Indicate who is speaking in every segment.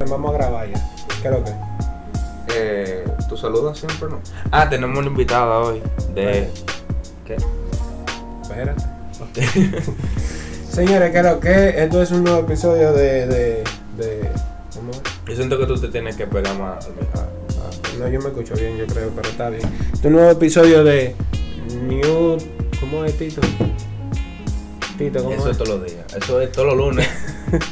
Speaker 1: Nos vamos a grabar ya. ¿Qué es lo que?
Speaker 2: Eh, ¿Tú saludas siempre no? Ah, tenemos una invitada hoy. De. ¿Qué?
Speaker 1: Espérate. Señores, ¿qué es lo que? Esto es un nuevo episodio de. de, de ¿cómo es? Ah,
Speaker 2: Yo siento que tú te tienes que pegar más. al mic- a- a-
Speaker 1: No, yo me escucho bien, yo creo, pero está bien. Este es un nuevo episodio de New. ¿Cómo es Tito? Tito, ¿cómo
Speaker 2: Eso es
Speaker 1: es?
Speaker 2: todos los días. Eso es todos los lunes.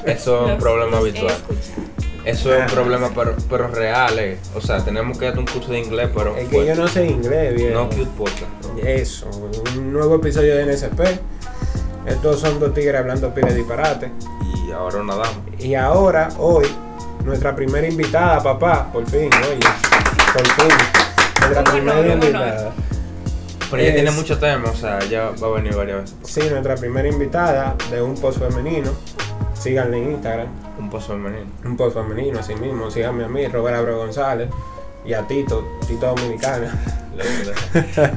Speaker 2: Eso es un
Speaker 3: Los-
Speaker 2: problema
Speaker 3: los he
Speaker 2: habitual.
Speaker 3: escuchado.
Speaker 2: Eso es un problema, pero, pero real. eh. O sea, tenemos que darte un curso de inglés, pero.
Speaker 1: Es que yo no sé inglés, bien.
Speaker 2: No cute podcast. ¿no?
Speaker 1: Eso, un nuevo episodio de NSP. Estos son dos tigres hablando pile de disparate.
Speaker 2: Y ahora una dama.
Speaker 1: Y ahora, hoy, nuestra primera invitada, papá, por fin, oye, por fin. Nuestra
Speaker 3: ¿Cómo no?
Speaker 1: primera
Speaker 3: ¿Cómo no?
Speaker 1: invitada.
Speaker 2: Pero ella
Speaker 1: Es-
Speaker 2: tiene muchos temas, o sea, ya va a venir varias veces.
Speaker 1: Sí, nuestra primera invitada de un post femenino. Síganle en Instagram.
Speaker 2: Un paso femenino.
Speaker 1: Un post femenino, así mismo. Síganme a mí, Robert Abreu González. Y a Tito, Tito Dominicana.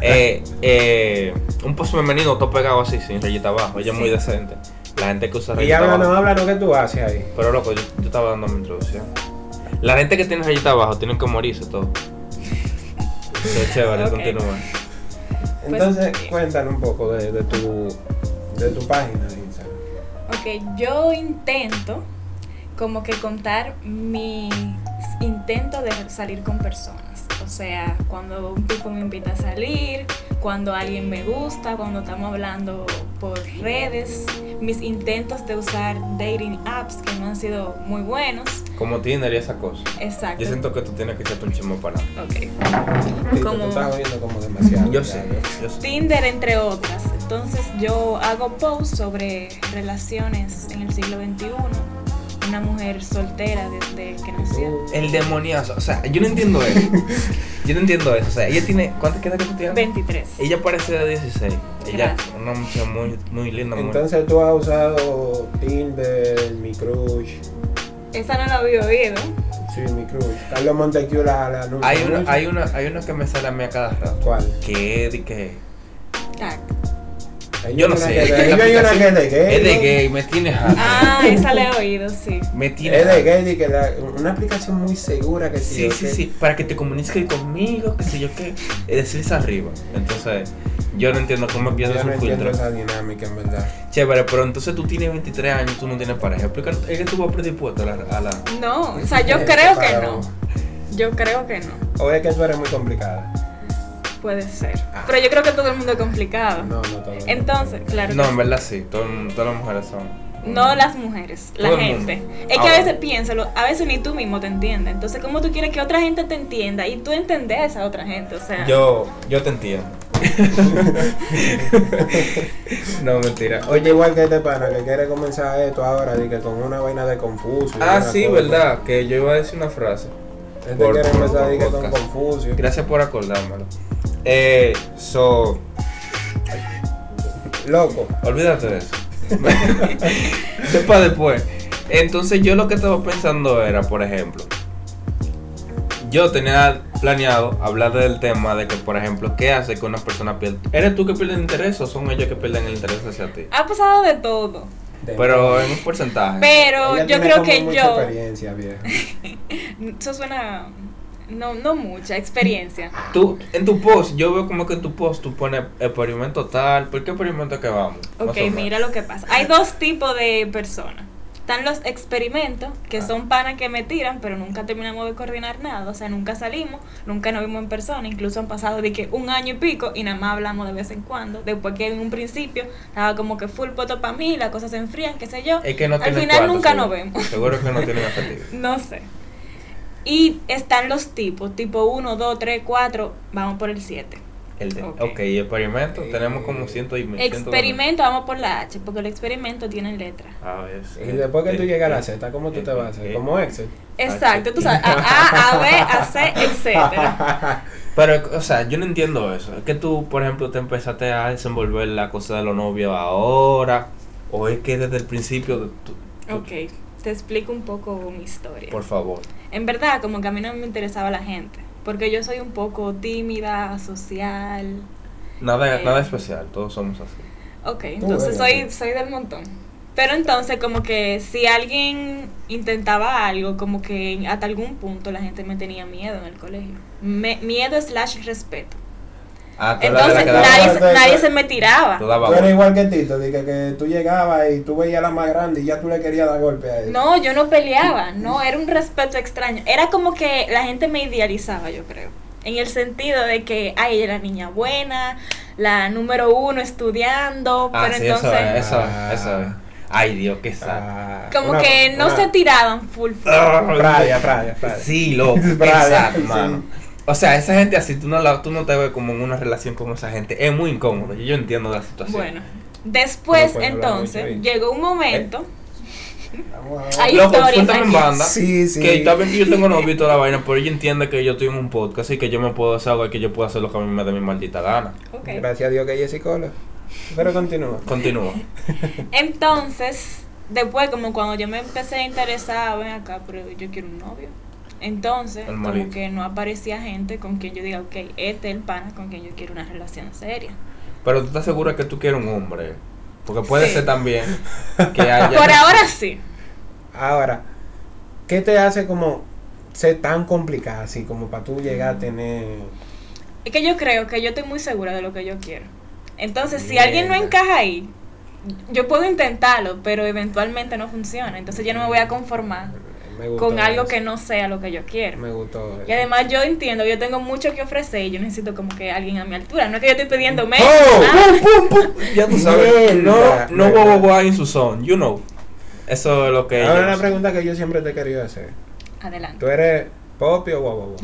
Speaker 2: eh, eh, un post femenino todo pegado así, sin rayita abajo. Ella es muy decente. La gente que usa
Speaker 1: Y
Speaker 2: rayita
Speaker 1: habla, no
Speaker 2: abajo.
Speaker 1: habla lo que tú haces ahí.
Speaker 2: Pero loco, yo, yo estaba dando mi introducción. La gente que tiene rayita abajo tienen que morirse todo. Eso es chévere,
Speaker 3: Ok.
Speaker 2: continúa.
Speaker 3: Pues,
Speaker 1: Entonces,
Speaker 3: eh.
Speaker 1: cuéntanos un poco de, de tu, de tu página de Instagram.
Speaker 3: Ok, yo intento como que contar mi intento de salir con personas. O sea, cuando un tipo me invita a salir, cuando alguien me gusta, cuando estamos hablando por redes, mis intentos de usar dating apps que no han sido muy buenos.
Speaker 2: Como Tinder y esa cosa.
Speaker 3: Exacto.
Speaker 2: Yo siento que tú tienes que echarte un chismo para adelante.
Speaker 3: Ok.
Speaker 1: Tito,
Speaker 3: Como-
Speaker 1: te estás oyendo como demasiado.
Speaker 2: Yo
Speaker 1: ya,
Speaker 2: sé,
Speaker 1: ya.
Speaker 2: yo sé.
Speaker 3: Tinder, entre otras. Entonces yo hago posts sobre relaciones en el siglo XXI, una mujer soltera desde que nació.
Speaker 2: El demoniazo. O sea, yo no entiendo eso. Yo no entiendo eso. O sea, ella tiene. ¿Cuántas queda que tú tienes?
Speaker 3: 23.
Speaker 2: Ella parece de 16. Ella
Speaker 3: Gracias.
Speaker 2: una muchacha muy, muy linda, muy
Speaker 1: Entonces tú has usado Tinder, Mi Crush.
Speaker 3: Esa no la había oído.
Speaker 1: Sí, Mi Crush. Carlos Montecu la, la anuncia
Speaker 2: Hay una,
Speaker 1: mucho.
Speaker 2: hay una, hay una que me sale a mí a cada rato.
Speaker 1: ¿Cuál?
Speaker 2: Que es de que.
Speaker 3: Tac.
Speaker 1: Hay
Speaker 2: Yo no
Speaker 1: una
Speaker 2: sé.
Speaker 1: que-
Speaker 2: es que
Speaker 1: hay
Speaker 2: la
Speaker 1: una que es
Speaker 2: aplicación
Speaker 1: de gay.
Speaker 2: Es de
Speaker 1: ¿no?
Speaker 2: gay, me tiene harto.
Speaker 3: Ah, esa la he oído, sí.
Speaker 2: Me tiene
Speaker 1: Es de
Speaker 2: harto.
Speaker 1: gay, y que la- una aplicación muy segura que
Speaker 2: Sí, sí, sí. Para que te comuniques conmigo, que sé yo qué. Es desliza arriba. Entonces, yo no entiendo cómo
Speaker 1: Yo
Speaker 2: empieza
Speaker 1: no
Speaker 2: su
Speaker 1: entiendo
Speaker 2: filtro.
Speaker 1: esa dinámica, en verdad.
Speaker 2: Chévere, pero entonces tú tienes 23 años, tú no tienes pareja. Explica, es que tú vas predispuesto a la. a la-
Speaker 3: No, o sea, yo
Speaker 1: Eh,
Speaker 3: creo que
Speaker 1: para
Speaker 3: no.
Speaker 1: vos.
Speaker 3: Yo creo que no.
Speaker 1: O es que tú eres muy complicada.
Speaker 3: Puede ser.
Speaker 1: Ah.
Speaker 3: Pero yo creo que todo el mundo es complicado.
Speaker 1: No, no, todo.
Speaker 3: Entonces, claro. que
Speaker 2: No,
Speaker 3: sí.
Speaker 2: en verdad sí. todo el mundo- todas las mujeres son.
Speaker 3: No las mujeres, la
Speaker 2: Todo el mundo.
Speaker 3: gente.
Speaker 1: Ah,
Speaker 3: Es que
Speaker 2: Ahora.
Speaker 3: a veces piénsalo, a veces ni tú mismo te entiendes. Entonces, ¿cómo tú quieres que otra gente te entienda y tú entender a esa otra gente? O sea,
Speaker 2: Yo, yo te entiendo. no, mentira.
Speaker 1: Oye, igual que este pana que quiere comenzar esto ahora, di que con una vaina de confuso. y
Speaker 2: Ah,
Speaker 1: una
Speaker 2: sí,
Speaker 1: cosa.
Speaker 2: verdad, que yo iba a decir una frase.
Speaker 1: Este
Speaker 2: Por-
Speaker 1: quiere
Speaker 2: por-
Speaker 1: empezar, di
Speaker 2: por
Speaker 1: que con
Speaker 2: podcast.
Speaker 1: confuso.
Speaker 2: Gracias por acordármelo. Eh, so,
Speaker 1: Loco.
Speaker 2: olvídate de eso. Sepa después. Entonces, yo lo que estaba pensando era, por ejemplo, yo tenía planeado hablar del tema de que, por ejemplo, ¿qué hace que una persona pierda? ¿Eres tú que pierde el interés o son ellos que pierden el interés hacia ti?
Speaker 3: ha pasado de todo.
Speaker 2: Pero en un porcentaje.
Speaker 3: Pero
Speaker 1: Ah, Ella
Speaker 3: yo
Speaker 1: tiene
Speaker 3: creo
Speaker 1: como
Speaker 3: que
Speaker 1: mucha
Speaker 3: yo.
Speaker 1: experiencia, viejo.
Speaker 3: Eso suena. No, no mucha experiencia.
Speaker 2: Tú, en tu post, yo veo como que en tu post tú pones experimento tal. ¿Por qué experimento que vamos? Más
Speaker 3: Ok,
Speaker 2: o menos.
Speaker 3: mira lo que pasa. Hay dos tipos de personas. Están los experimentos, que
Speaker 2: Ah.
Speaker 3: son panas que me tiran, pero nunca terminamos de coordinar nada. O sea, nunca salimos, nunca nos vimos en persona. Incluso han pasado de que un año y pico y nada más hablamos de vez en cuando. Después que en un principio estaba como que full poto para mí, las cosas se enfrían, qué sé yo.
Speaker 2: Es que no
Speaker 3: Al
Speaker 2: tienen
Speaker 3: final
Speaker 2: cuarto,
Speaker 3: nunca
Speaker 2: seguro.
Speaker 3: nos vemos.
Speaker 2: Seguro que no tienen afectivo.
Speaker 3: No sé. Y están los tipos, tipo 1, 2, 3, 4, vamos por el 7.
Speaker 2: El de, ok,
Speaker 3: Ok.
Speaker 2: experimento, tenemos como
Speaker 1: Eh,
Speaker 2: ciento y mil.
Speaker 3: Experimento, vamos por la H, porque el experimento tiene letra.
Speaker 2: A ver. sí.
Speaker 1: Y después que tú llegas a la
Speaker 2: Ah, Eh,
Speaker 1: Z, ¿cómo tú
Speaker 2: eh,
Speaker 1: te vas a hacer?
Speaker 2: eh,
Speaker 1: ¿Como Excel?
Speaker 3: Exacto, tú sabes, a A, a B, a C, etcétera.
Speaker 2: Pero, o sea, yo no entiendo eso. Es que tú, por ejemplo, te empezaste a desenvolver la cosa de los novios ahora. O es que desde el principio. de- tú- tú-
Speaker 3: Ok, te explico un poco mi historia.
Speaker 2: Por favor.
Speaker 3: En verdad, como que a mí no me interesaba la gente, porque yo soy un poco tímida, social.
Speaker 2: Nada,
Speaker 3: Eh.
Speaker 2: nada especial, todos somos así.
Speaker 3: Ok,
Speaker 1: eres
Speaker 3: entonces
Speaker 1: así.
Speaker 3: soy, soy del montón. Pero entonces como que si alguien intentaba algo, como que hasta algún punto la gente me tenía miedo en el colegio. Me- miedo slash respeto.
Speaker 2: Ah, tú eras de la
Speaker 3: Entonces
Speaker 2: que daba-
Speaker 3: nadie, se-
Speaker 1: Perfecto.
Speaker 3: nadie se me tiraba.
Speaker 2: tú dabas
Speaker 1: Tú eres
Speaker 2: golpe.
Speaker 1: igual que Tito, de que, que tú llegabas y tú veías a la más grande y ya tú le querías dar golpe a él.
Speaker 3: No, yo no peleaba, no, era un respeto extraño. Era como que la gente me idealizaba, yo creo. En el sentido de que, ay, ella era niña buena, la número uno estudiando,
Speaker 2: Ah,
Speaker 3: pero
Speaker 2: sí,
Speaker 3: entonces...
Speaker 2: eso es, eso
Speaker 1: Ah.
Speaker 2: es, eso es. Ay, Dios, qué sad. Ah,
Speaker 1: Ah,
Speaker 3: Como
Speaker 1: una- Ah,
Speaker 3: que no
Speaker 1: una-
Speaker 3: se tiraban full. full.
Speaker 1: Fraya, fraya, fraya.
Speaker 2: Sí, loco, qué
Speaker 1: Fraya,
Speaker 2: sad,
Speaker 1: sí.
Speaker 2: mano. O sea, esa gente así, tú no, la, tú no te ves como en una relación con esa gente. Es muy incómodo. Yo, yo entiendo la situación.
Speaker 3: Bueno,
Speaker 1: No
Speaker 3: después
Speaker 1: pueden hablar mucho
Speaker 3: entonces
Speaker 1: ahí.
Speaker 3: llegó un momento...
Speaker 1: Vamos a ver.
Speaker 3: Hay
Speaker 2: Loco,
Speaker 3: historias
Speaker 2: suéltame en
Speaker 3: aquí.
Speaker 2: banda.
Speaker 1: Sí, sí.
Speaker 2: Que está bien que yo tengo novio y toda la vaina, pero ella entiende que yo estoy en un podcast y que yo me puedo desahogar y que yo puedo hacer lo que a mí me dé mi maldita gana.
Speaker 1: Eh,
Speaker 3: Ok.
Speaker 1: Gracias a Dios que ella es psicóloga. Pero continúa.
Speaker 2: Continúa.
Speaker 3: Entonces, después como cuando yo me empecé a interesar, "Ah, ven acá, pero yo quiero un novio. Entonces,
Speaker 2: El
Speaker 3: como
Speaker 2: malito.
Speaker 3: que no aparecía gente con quien yo diga, ok, este es el pana con quien yo quiero una relación seria.
Speaker 2: Pero tú estás segura que tú quieres un hombre. Porque puede
Speaker 3: Sí.
Speaker 2: ser también que haya.
Speaker 3: Por ahora sí.
Speaker 1: Ahora, ¿qué te hace como ser tan complicada así como para tú llegar a tener
Speaker 3: Es que yo creo que yo estoy muy segura de lo que yo quiero. Entonces, si
Speaker 2: Mierda.
Speaker 3: alguien no encaja ahí, yo puedo intentarlo, pero eventualmente no funciona. Entonces, yo no me voy a conformar
Speaker 1: Me gustó
Speaker 3: con algo
Speaker 1: eso.
Speaker 3: que no sea lo que yo quiero.
Speaker 1: me gustó.
Speaker 3: Y además yo entiendo, yo tengo mucho que ofrecer y yo necesito como que alguien a mi altura. No es que yo estoy pidiendo menos.
Speaker 1: ¡Oh!
Speaker 3: nada.
Speaker 1: ¡Pum, pum, pum!
Speaker 2: Ya tú sabes.
Speaker 1: Mierda.
Speaker 2: No, no huevo guay en su son, you know. Eso es lo que.
Speaker 1: Ahora
Speaker 2: ellos-
Speaker 1: una pregunta que yo siempre te he querido hacer.
Speaker 3: Adelante.
Speaker 1: ¿Tú eres popi o guau, guau, guau?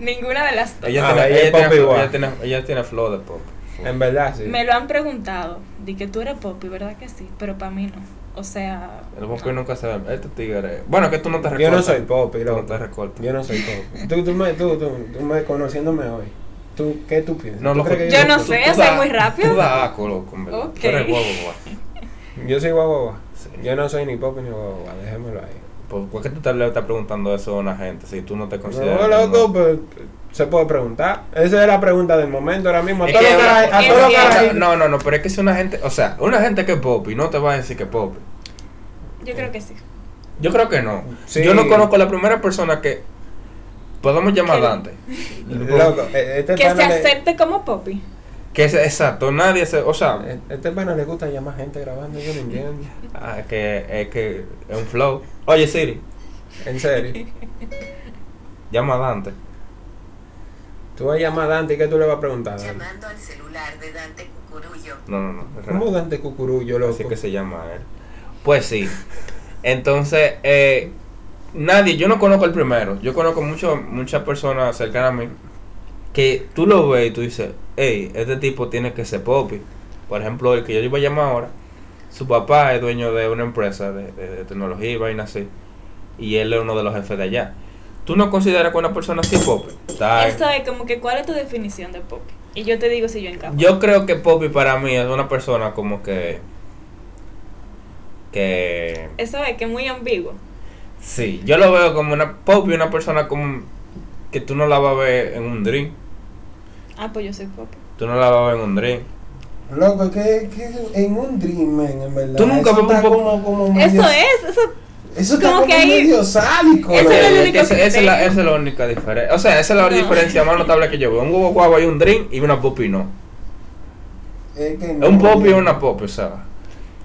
Speaker 3: Ninguna de las dos.
Speaker 2: Ella,
Speaker 1: Ah,
Speaker 2: tiene,
Speaker 1: ella
Speaker 2: ella,
Speaker 1: es pop
Speaker 2: tiene,
Speaker 1: igual.
Speaker 2: ella, tiene, ella tiene flow de pop.
Speaker 1: En verdad, sí.
Speaker 3: Me lo han preguntado, de que tú eres popi, ¿verdad que sí? Pero para mí no. O sea,
Speaker 2: El pop nunca se ve. Este tigre. Bueno, que tú no te recortas.
Speaker 1: Yo no soy popi,
Speaker 2: Tú no
Speaker 1: loco.
Speaker 2: te recortas.
Speaker 1: Yo no soy popi. Tú, tú, me, tú, tú, tú me conociéndome hoy. ¿Tú qué tú piensas?
Speaker 2: No,
Speaker 1: ¿Tú
Speaker 2: loco,
Speaker 1: crees que
Speaker 3: Yo no
Speaker 1: soy
Speaker 3: sé,
Speaker 2: tú
Speaker 3: o sea,
Speaker 2: da-
Speaker 3: muy rápido.
Speaker 2: Tú da asco, loco, en verdad.
Speaker 3: Ok.
Speaker 2: Tú eres guau, guau, guau.
Speaker 1: popi? Yo soy guau, guau, guau.
Speaker 2: Sí.
Speaker 1: Yo no soy ni popi ni guau, guau, guau. Déjamelo ahí.
Speaker 2: Pues, ¿Por por qué tú te le estás preguntando eso a una gente si tú no te consideras?
Speaker 1: No, loco,
Speaker 2: no?
Speaker 1: pues, se puede preguntar. Esa es la pregunta del momento ahora mismo. A
Speaker 2: Es
Speaker 1: todo
Speaker 2: que
Speaker 1: lo que
Speaker 2: una-
Speaker 1: hay- a
Speaker 3: es
Speaker 1: todo lo que
Speaker 3: que-
Speaker 1: hay-
Speaker 2: No, no, no, pero es que si una gente, o sea, una gente que es pop y no te va a decir que es pop.
Speaker 3: yo creo que sí.
Speaker 2: Yo creo que no.
Speaker 1: Sí.
Speaker 2: Yo no conozco a la primera persona que podemos llamar
Speaker 3: Que-
Speaker 2: Dante.
Speaker 1: Loco, eh, este
Speaker 3: Que se
Speaker 1: pana le-
Speaker 3: acepte como popi.
Speaker 2: Que es exacto, nadie se, o sea,
Speaker 1: eh, Este pana le gusta llamar gente grabando, yo no entiendo.
Speaker 2: ah, que es que es un flow. Oye Siri,
Speaker 1: En serio.
Speaker 2: llama a Dante.
Speaker 1: Tú vas a llamar a Dante y ¿qué tú le vas a preguntar? Dante?
Speaker 4: Llamando al celular de Dante Cucurullo.
Speaker 2: No, no, no. es
Speaker 1: ¿Cómo
Speaker 2: raro.
Speaker 1: Dante Cucurullo, loco?
Speaker 2: Así que se llama él. Pues sí. Entonces, eh, nadie, yo no conozco el primero. Yo conozco mucho- muchas personas cercanas a mí que tú lo ves y tú dices, hey, este tipo tiene que ser popi. Por ejemplo, el que yo iba a llamar ahora, su papá es dueño de una empresa de, de- de tecnología y vaina así. Y él es uno de los jefes de allá. ¿Tú no consideras que una persona así es popi? Está-
Speaker 3: Eso es como que, ¿cuál es tu definición de popi? Y yo te digo si yo encajo.
Speaker 2: yo creo que Poppy para mí es una persona como que. Que.
Speaker 3: Eso es que es muy ambiguo.
Speaker 2: Sí, yo lo veo como una. Poppy, una persona como. Que tú no la vas a ver en un drink.
Speaker 3: Ah, pues yo soy popi.
Speaker 2: Tú no la vas a ver en un drink.
Speaker 1: Loco, que, que en un dream, man, en verdad.
Speaker 2: Tú nunca
Speaker 1: Eso
Speaker 2: ves un
Speaker 1: está
Speaker 2: poco-
Speaker 1: como, como medio-
Speaker 3: Eso es, eso
Speaker 1: Eso está
Speaker 3: como
Speaker 1: como
Speaker 3: que ahí-
Speaker 1: medio sádico,
Speaker 3: Eso
Speaker 1: loco.
Speaker 3: es lo
Speaker 2: Eh,
Speaker 3: único
Speaker 2: esa-
Speaker 3: que
Speaker 2: esa es la,
Speaker 3: tengo.
Speaker 2: esa es la única diferencia. O sea, esa es la
Speaker 3: No.
Speaker 2: diferencia más notable que yo veo. Un huevo guavo hay un drink y una Poppy no.
Speaker 1: Es que no,
Speaker 2: Un Poppy y
Speaker 1: loco.
Speaker 2: una Poppy, ¿sabes?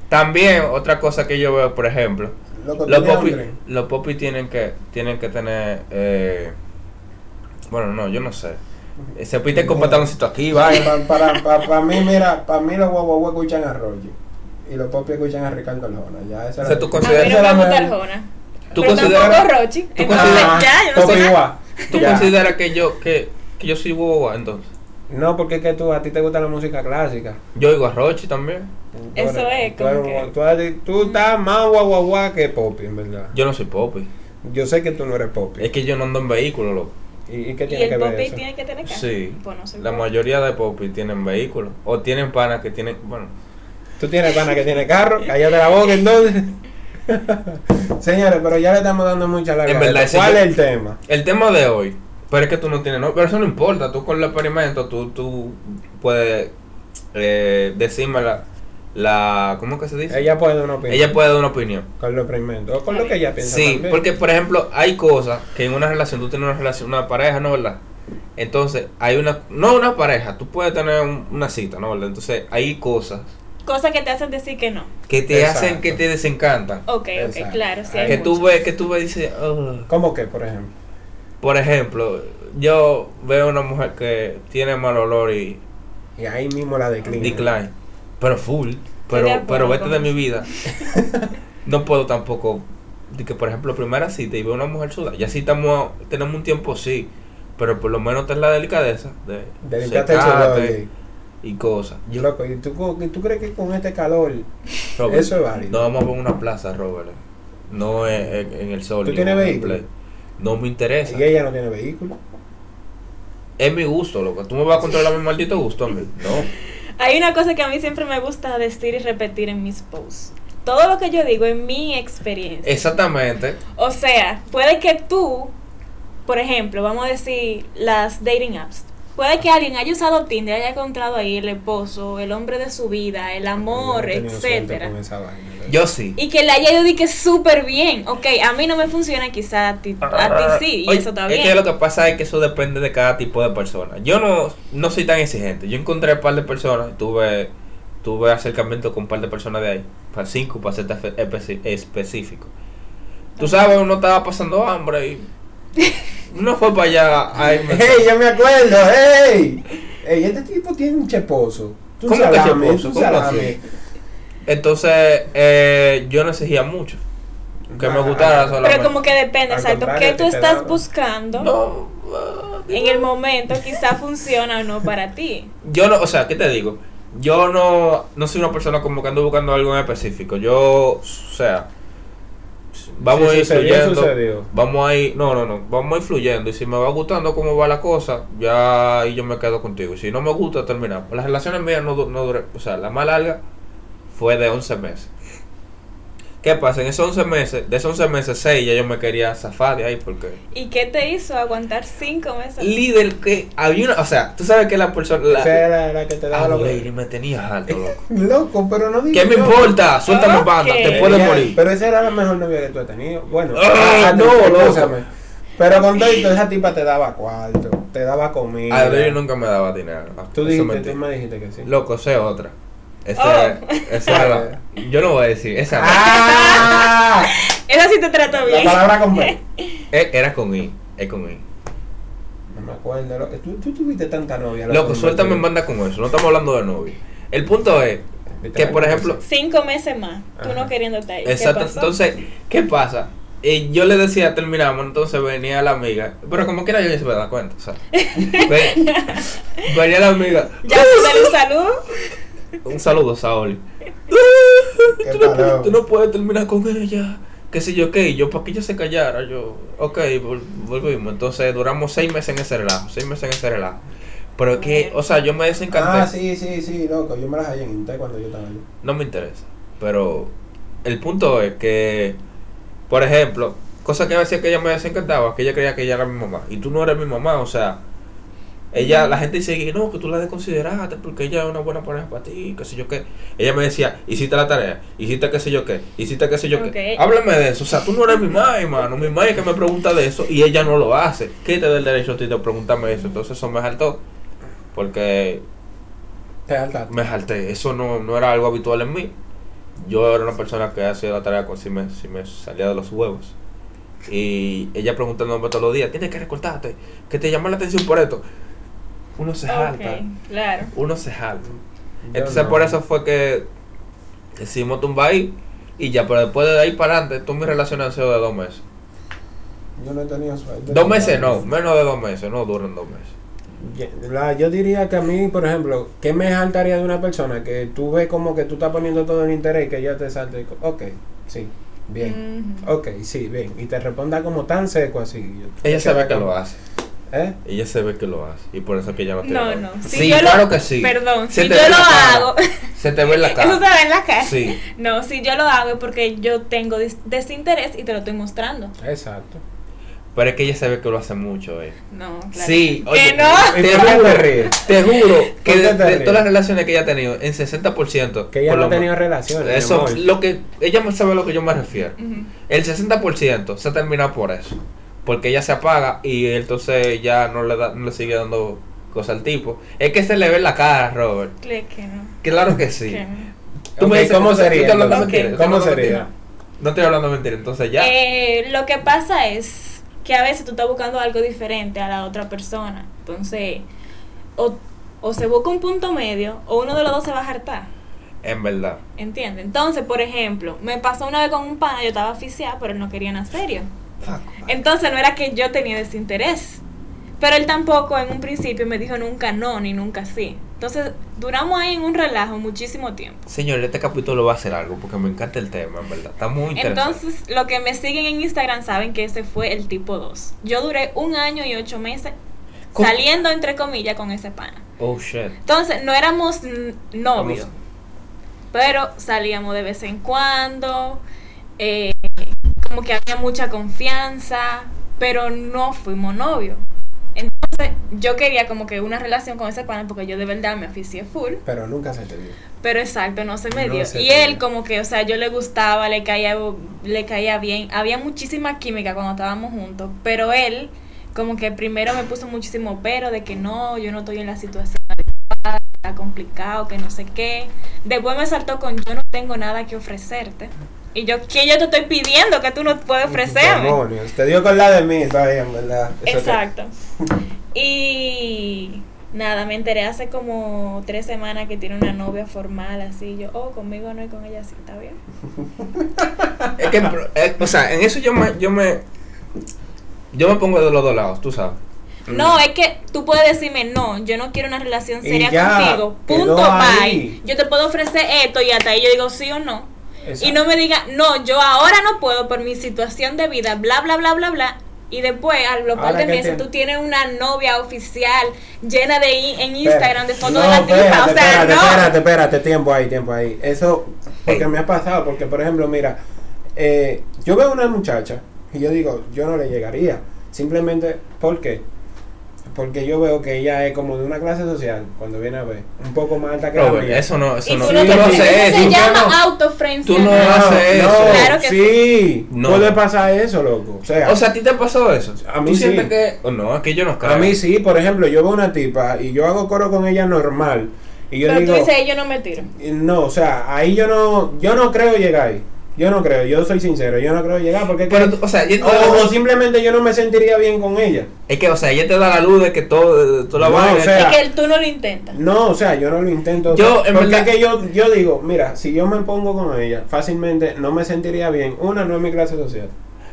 Speaker 2: También, otra cosa que yo veo, por ejemplo.
Speaker 1: Loco,
Speaker 2: Los
Speaker 1: tiene
Speaker 2: popis,
Speaker 1: hambre.
Speaker 2: los popis tienen que tienen que tener eh, bueno no yo no sé Eh, se piten con
Speaker 1: No.
Speaker 2: pantaloncito aquí vaya
Speaker 1: Pa- Para, para, para mí, mira, para mí los guaguaguas escuchan a Roger. Y los popis escuchan a Ricardo Arjona. Ya, esa
Speaker 2: O
Speaker 1: es
Speaker 2: sea,
Speaker 1: la-
Speaker 2: tú
Speaker 3: a mí
Speaker 2: Considera-
Speaker 3: no me gusta el Jona.
Speaker 2: tú
Speaker 3: Pero
Speaker 2: consideras
Speaker 3: tampoco Rochi. Entonces
Speaker 2: consideras-
Speaker 3: ya, yo no soy
Speaker 1: Popi
Speaker 3: nada.
Speaker 1: guá.
Speaker 2: tú
Speaker 1: Ya.
Speaker 2: consideras que yo que, que yo soy boba entonces
Speaker 1: No, porque es que tú, a ti te gusta la música clásica.
Speaker 2: yo oigo a Rochi también
Speaker 1: Tú
Speaker 3: Eso
Speaker 1: eres-
Speaker 3: es,
Speaker 1: tú,
Speaker 3: como
Speaker 1: eres
Speaker 3: que-
Speaker 1: un- tú eres- tú estás más guaguaguá que popi, en verdad.
Speaker 2: yo Eh. no soy popi
Speaker 1: Yo sé que tú no eres popi.
Speaker 2: es que yo no ando en vehículo loco
Speaker 1: ¿Y, y qué
Speaker 3: Y
Speaker 1: tiene que
Speaker 3: el
Speaker 1: ver
Speaker 3: popi
Speaker 1: eso?
Speaker 3: tiene que tener cara.
Speaker 2: sí
Speaker 3: Pues no soy
Speaker 2: la
Speaker 3: popi.
Speaker 2: mayoría de popis tienen vehículo o tienen panas que tienen bueno
Speaker 1: Tú tienes pana que tiene carro, cállate la boca entonces. Señores, pero ya le estamos dando mucha larga.
Speaker 2: En
Speaker 1: a
Speaker 2: verdad,
Speaker 1: esto. ¿Cuál
Speaker 2: ese-
Speaker 1: es el tema?
Speaker 2: el tema de hoy pero es que tú no tienes no pero eso no importa tú con el experimento tú tú puedes eh, decirme la la ¿cómo que se dice?
Speaker 1: Ella puede dar una opinión.
Speaker 2: Ella puede dar una opinión.
Speaker 1: Con lo primero. O con lo que ella piensa.
Speaker 2: Sí,
Speaker 1: también.
Speaker 2: porque por ejemplo hay cosas que en una relación, tú tienes una relación, una pareja, ¿no verdad? Entonces, hay una, no una pareja, tú puedes tener un- una cita, ¿no verdad? Entonces, hay cosas
Speaker 3: Cosas que te hacen decir que no.
Speaker 2: que te
Speaker 1: Exacto.
Speaker 2: hacen que te desencantan.
Speaker 3: Ok,
Speaker 1: Exacto.
Speaker 3: ok, claro, sí. hay
Speaker 2: Que tú
Speaker 3: muchas.
Speaker 2: ves, que tú ves y dices, "Ugh".
Speaker 1: ¿Cómo que, por ejemplo?
Speaker 2: por ejemplo, yo veo una mujer que tiene mal olor y
Speaker 1: Y ahí mismo la declina.
Speaker 2: decline, pero full,
Speaker 3: de
Speaker 2: pero,
Speaker 3: acuerdo
Speaker 2: pero vete
Speaker 3: con
Speaker 2: de
Speaker 3: eso.
Speaker 2: mi vida. No puedo tampoco, de que por ejemplo, primera cita y veo una mujer sudada, ya sí estamos, tenemos un tiempo, sí, pero por lo menos ten la delicadeza de,
Speaker 1: De limpiarte el
Speaker 2: secarte
Speaker 1: sudor, oye.
Speaker 2: y cosas.
Speaker 1: Yo loco, ¿y tú, co- y tú crees que con este calor
Speaker 2: Robert,
Speaker 1: eso es válido?
Speaker 2: No vamos a poner una plaza, Robert. No en, en- en el sol.
Speaker 1: ¿Tú
Speaker 2: ni
Speaker 1: tienes
Speaker 2: en el
Speaker 1: vehículo?
Speaker 2: play. No me interesa.
Speaker 1: y ella no tiene vehículo?
Speaker 2: Es mi gusto, loco. Tú me vas a controlar mi maldito gusto, hombre. No.
Speaker 3: Hay una cosa que a mí siempre me gusta decir y repetir en mis posts. Todo lo que yo digo es mi experiencia.
Speaker 2: Exactamente.
Speaker 3: O sea, puede que tú, por ejemplo, vamos a decir las dating apps. Puede que alguien haya usado Tinder, haya encontrado ahí el esposo, el hombre de su vida, el amor,
Speaker 1: Yo no he tenido suerte
Speaker 3: etcétera.
Speaker 1: con esa vaina, loco.
Speaker 2: Yo sí.
Speaker 3: Y que le haya ido de que súper bien. Ok, a mí no me funciona, quizá a ti, a ti sí, y
Speaker 2: Oye,
Speaker 3: eso está
Speaker 2: Es que lo
Speaker 3: bien.
Speaker 2: que pasa es que eso depende de cada tipo de persona. Yo no, no soy tan exigente. Yo encontré un par de personas, tuve, tuve acercamiento con un par de personas de ahí. Para cinco, para ser espe- especi- específico. Tú sabes, uno estaba pasando hambre y uno fue para allá. a irme.
Speaker 1: ¡Ey, yo me acuerdo! ¡Ey! ¡Ey, este tipo tiene un cheposo! Tú
Speaker 2: ¿Cómo que
Speaker 1: salame,
Speaker 2: cheposo?
Speaker 1: tú
Speaker 2: ¿Cómo
Speaker 1: salame.
Speaker 2: así? Entonces, eh, yo no exigía mucho. Que me
Speaker 1: Ah,
Speaker 2: gustara solamente.
Speaker 3: Pero como que depende,
Speaker 1: Al
Speaker 3: exacto.
Speaker 1: contrario,
Speaker 3: ¿Qué
Speaker 1: te
Speaker 3: tú
Speaker 1: te
Speaker 3: estás
Speaker 1: daba.
Speaker 3: buscando?
Speaker 2: No, ah,
Speaker 3: En el momento quizá funciona o no para ti.
Speaker 2: Yo no, o sea, ¿qué te digo? Yo no, no soy una persona como que ando buscando algo en específico. Yo, o sea, vamos
Speaker 1: Sí,
Speaker 2: a ir
Speaker 1: sucedió,
Speaker 2: fluyendo.
Speaker 1: sucedió.
Speaker 2: Vamos a ir, no, no, no, vamos a ir fluyendo. Y si me va gustando cómo va la cosa, ya ahí yo me quedo contigo. Y si no me gusta, terminamos. Las relaciones mías no, du- no duran, o sea, la más larga fue de 11 meses. ¿Qué pasa? En esos 11 meses, de esos 11 meses, 6 ya yo me quería zafar de ahí porque...
Speaker 3: ¿Y qué te hizo aguantar cinco meses?
Speaker 2: Líder que había una, o sea, tú sabes que la persona... La,
Speaker 1: Esa era la que Eh, te daba
Speaker 2: Ah,
Speaker 1: lo
Speaker 2: güey, me tenías alto, loco.
Speaker 1: Loco, pero no digas
Speaker 2: ¿Qué me
Speaker 1: loco.
Speaker 2: importa? Suéltame
Speaker 3: Ok.
Speaker 2: banda, te
Speaker 1: Ella-
Speaker 2: puedes morir.
Speaker 1: eh, Pero esa era la mejor novia que tú has tenido. Bueno,
Speaker 2: Ah,
Speaker 1: ah,
Speaker 2: no,
Speaker 1: te-
Speaker 2: loco.
Speaker 1: escúchame. Pero con todo y todo, esa tipa te daba cuarto, te daba comida.
Speaker 2: A ver, yo nunca me daba dinero. Ah,
Speaker 1: Tú
Speaker 2: eso
Speaker 1: dijiste,
Speaker 2: mentira.
Speaker 1: tú me dijiste que sí.
Speaker 2: Loco, sé otra. Esa,
Speaker 3: Oh.
Speaker 2: esa era la- Yo no voy a decir, esa
Speaker 1: ¡Ah!
Speaker 3: Eso sí te trata
Speaker 1: la
Speaker 3: bien.
Speaker 1: palabra con B.
Speaker 2: Eh, era con I, es con I.
Speaker 1: No me acuerdo. loco. Tú, tú tuviste tanta novia.
Speaker 2: Loco, suéltame en banda con eso, no estamos hablando de novio. El punto es que, por ejemplo,
Speaker 3: Cinco meses más, tú
Speaker 1: Ajá.
Speaker 3: no queriéndote ahí. ¿Qué
Speaker 2: Exacto,
Speaker 3: pasó?
Speaker 2: entonces, ¿qué pasa? Y yo le decía, terminamos, entonces venía la amiga, pero como quiera yo se me da cuenta, o sea, ve- venía la amiga,
Speaker 3: Ya tú un saludo.
Speaker 2: un saludo, Saoli.
Speaker 1: ¿Qué
Speaker 2: tú, no puedes,
Speaker 1: palabra?
Speaker 2: tú no puedes terminar con ella. Qué sé yo, qué. Y yo, para que ella se callara, yo, ok, vol- volvimos. Entonces duramos seis meses en ese relajo, seis meses en ese relajo. Pero es que, o sea, yo me desencanté.
Speaker 1: Ah, sí, sí, sí, loco. Yo me las hallé en Intel cuando yo estaba allí.
Speaker 2: No me interesa. Pero el punto es que, por ejemplo, cosa que a veces que ella me desencantaba, que ella creía que ella era mi mamá. Y tú no eres mi mamá, o sea, ella, la gente dice que no, que tú la desconsideraste porque ella es una buena pareja para ti, qué sé yo qué. Ella me decía, hiciste la tarea, hiciste qué sé yo qué, hiciste qué sé yo qué.
Speaker 3: Ok.
Speaker 2: Háblame de eso, o sea, tú no eres mi mamá, hermano. Mi mamá es que me pregunta de eso y ella no lo hace. ¿Qué te da el derecho a ti de preguntarme eso? Entonces eso me saltó. Porque
Speaker 1: Te saltaste.
Speaker 2: me jalté. Eso no, no era algo habitual en mí. Yo era una persona que hacía la tarea con si me, si me salía de los huevos. Y ella preguntándome todos los días, tienes que recortarte, que te llama la atención por esto. Uno se jalta,
Speaker 3: Ok, claro.
Speaker 2: uno se jalta.
Speaker 1: Yo
Speaker 2: Entonces
Speaker 1: no.
Speaker 2: por eso fue que decidimos tumbar ahí y ya, pero después de ahí para adelante, tú mi relación han sido de dos meses.
Speaker 1: Yo no he tenido suerte.
Speaker 2: Dos meses no, menos de dos meses, no duran dos meses.
Speaker 1: Ye- la- yo diría que a mí, por ejemplo, ¿qué me saltaría de una persona que tú ves como que tú estás poniendo todo el interés y que ella te salte? y co- Ok, sí,
Speaker 2: Mm.
Speaker 1: bien.
Speaker 3: Ujú.
Speaker 1: Ok, sí, bien. Y te responda como tan seco así. y yo-
Speaker 2: Ella sabe que lo hace.
Speaker 1: ¿Eh?
Speaker 2: Ella se ve que lo hace y por eso es que ella no tiene
Speaker 3: No,
Speaker 2: novio.
Speaker 3: no. Si
Speaker 2: sí,
Speaker 3: yo lo-
Speaker 2: claro que sí.
Speaker 3: Perdón,
Speaker 2: Se
Speaker 3: si
Speaker 2: te
Speaker 3: yo
Speaker 2: ve
Speaker 3: lo
Speaker 2: la cara.
Speaker 3: hago.
Speaker 2: Se te ve en la cara.
Speaker 3: Eso se ve en la cara.
Speaker 2: Sí.
Speaker 3: No, si yo lo hago es porque yo tengo dis- desinterés y te lo estoy mostrando.
Speaker 1: Exacto.
Speaker 2: Pero es que ella se ve que lo hace mucho, eh.
Speaker 3: No, claro.
Speaker 2: Sí,
Speaker 3: Que
Speaker 2: oye,
Speaker 3: no.
Speaker 1: ¿Y
Speaker 2: te
Speaker 1: por qué
Speaker 2: juro,
Speaker 1: te ríes?
Speaker 2: te juro que
Speaker 1: ¿Por qué
Speaker 2: de,
Speaker 1: te
Speaker 2: de
Speaker 1: ríes?
Speaker 2: todas las relaciones que ella ha tenido, en 60%,
Speaker 1: Que ella
Speaker 2: por
Speaker 1: no
Speaker 2: lo
Speaker 1: ha tenido
Speaker 2: menos-
Speaker 1: relaciones. mi
Speaker 2: Eso,
Speaker 1: amor.
Speaker 2: lo que, ella me sabe a lo que yo me refiero.
Speaker 3: Ujú.
Speaker 2: El 60% se ha terminado por eso. Porque ella se apaga y entonces ya no le, da, no le sigue dando cosas al tipo. Es que se le ve en la cara, Robert.
Speaker 3: Claro que no.
Speaker 2: Claro que sí.
Speaker 3: que no.
Speaker 2: Tú me
Speaker 1: Ok,
Speaker 2: dices,
Speaker 1: ¿cómo
Speaker 2: tú
Speaker 1: sería?
Speaker 2: estás hablando
Speaker 1: entonces?
Speaker 2: mentira, tú
Speaker 1: ¿Cómo
Speaker 2: estás hablando
Speaker 1: sería?
Speaker 2: mentira. No estoy hablando mentira, entonces ya.
Speaker 3: Eh, lo que pasa es que a veces tú estás buscando algo diferente a la otra persona. Entonces, o, o se busca un punto medio o uno de los dos se va a hartar.
Speaker 2: En verdad.
Speaker 3: ¿Entiendes? Entonces, por ejemplo, me pasó una vez con un pana, yo estaba asfixiada, pero él no quería nada serio. Entonces, no era que yo tenía desinterés. Pero él tampoco en un principio me dijo nunca no ni nunca sí. Entonces, duramos ahí en un relajo muchísimo tiempo.
Speaker 2: Señor, este capítulo va a ser algo porque me encanta el tema, en verdad. Está muy interesante.
Speaker 3: Entonces, los que me siguen en Instagram saben que ese fue el tipo 2. Yo duré un año y ocho meses
Speaker 2: ¿Cómo?
Speaker 3: saliendo, entre comillas, con ese pana.
Speaker 2: oh shit.
Speaker 3: Entonces, no éramos n- novios,
Speaker 2: Vamos.
Speaker 3: pero salíamos de vez en cuando, eh, como que había mucha confianza, pero no fuimos novios. Entonces, yo quería como que una relación con ese pana porque yo de verdad me aficié full.
Speaker 1: Pero nunca se te dio.
Speaker 3: Pero exacto, no se me
Speaker 1: No
Speaker 3: dio.
Speaker 1: se
Speaker 3: y
Speaker 1: te
Speaker 3: él
Speaker 1: dio.
Speaker 3: como que, o sea, yo le gustaba, le caía, le caía bien. Había muchísima química cuando estábamos juntos, pero él como que primero me puso muchísimo pero de que no, yo no estoy en la situación adecuada, está complicado, que no sé qué. Después me saltó con yo no tengo nada que ofrecerte. Y yo, ¿qué yo te estoy pidiendo que tú no puedes ofrecerme?
Speaker 1: Demonios. Te dio con la de mí, está bien, ¿verdad? Eso te-
Speaker 3: Exacto. Y nada, me enteré hace como tres semanas que tiene una novia formal, así. Yo, oh, conmigo no y con ella sí, está bien.
Speaker 2: Es que, eh, o sea, en eso yo me, yo me, yo me pongo de los dos lados, tú sabes.
Speaker 3: No, es que tú puedes decirme, no, yo no quiero una relación
Speaker 1: Mm. Y
Speaker 3: seria
Speaker 1: ya,
Speaker 3: contigo. Punto,
Speaker 1: quedó ahí.
Speaker 3: bye. Yo te puedo ofrecer esto y hasta ahí yo digo sí o no.
Speaker 1: Exacto.
Speaker 3: Y no me diga, no, yo ahora no puedo por mi situación de vida, bla, bla, bla, bla, bla. Y después, a los par
Speaker 1: Ahora
Speaker 3: de
Speaker 1: que
Speaker 3: meses,
Speaker 1: te-
Speaker 3: tú tienes una novia oficial llena de in- en Instagram de fotos de
Speaker 1: No,
Speaker 3: la tipa. O
Speaker 1: espérate,
Speaker 3: sea,
Speaker 1: espérate,
Speaker 3: no.
Speaker 1: espérate, espérate, tiempo ahí, tiempo ahí. Eso, porque
Speaker 2: Ey.
Speaker 1: me ha pasado, porque por ejemplo, mira, eh, yo veo una muchacha y yo digo, yo no le llegaría. Simplemente, ¿por qué? Porque yo veo que ella es como de una clase social, cuando viene a ver, un poco más alta que la
Speaker 2: Robert,
Speaker 1: mía.
Speaker 2: eso no, eso
Speaker 3: Y
Speaker 2: no,
Speaker 3: tú
Speaker 1: Sí,
Speaker 3: no te
Speaker 1: no
Speaker 3: ofreces,
Speaker 1: sé,
Speaker 3: eso se
Speaker 1: tú
Speaker 3: llama
Speaker 1: no.
Speaker 3: autofriendship.
Speaker 2: Tú no haces eso.
Speaker 3: Claro que
Speaker 1: sí,
Speaker 2: No.
Speaker 1: puede pasar eso, loco. O sea,
Speaker 2: O sea, ¿a ti te pasó eso?
Speaker 1: A mí
Speaker 2: ¿Tú
Speaker 1: sí.
Speaker 2: sientes que, o no, es que yo no creo.
Speaker 1: a mí sí, por ejemplo, yo veo una tipa y yo hago coro con ella normal. Y yo
Speaker 3: Pero
Speaker 1: digo, eh,
Speaker 3: tú dices, yo no me tiro.
Speaker 1: No, o sea, ahí yo no, yo no creo llegar ahí. Yo no creo, yo soy sincero, yo no creo llegar porque es que-
Speaker 2: Pero, tú- o sea, ella te da la
Speaker 1: o, o
Speaker 2: luz-
Speaker 1: simplemente yo no me sentiría bien con ella.
Speaker 2: es que, o sea, ella te da la luz de que todo, de toda la
Speaker 1: No,
Speaker 2: vaina.
Speaker 1: o sea,
Speaker 3: Es que el tú no lo intentas.
Speaker 1: No, o sea, yo no lo intento.
Speaker 2: Yo, en
Speaker 1: porque
Speaker 2: verdad-
Speaker 1: es que yo, yo digo, mira, si yo me pongo con ella, fácilmente no me sentiría bien. Una, no es mi clase social.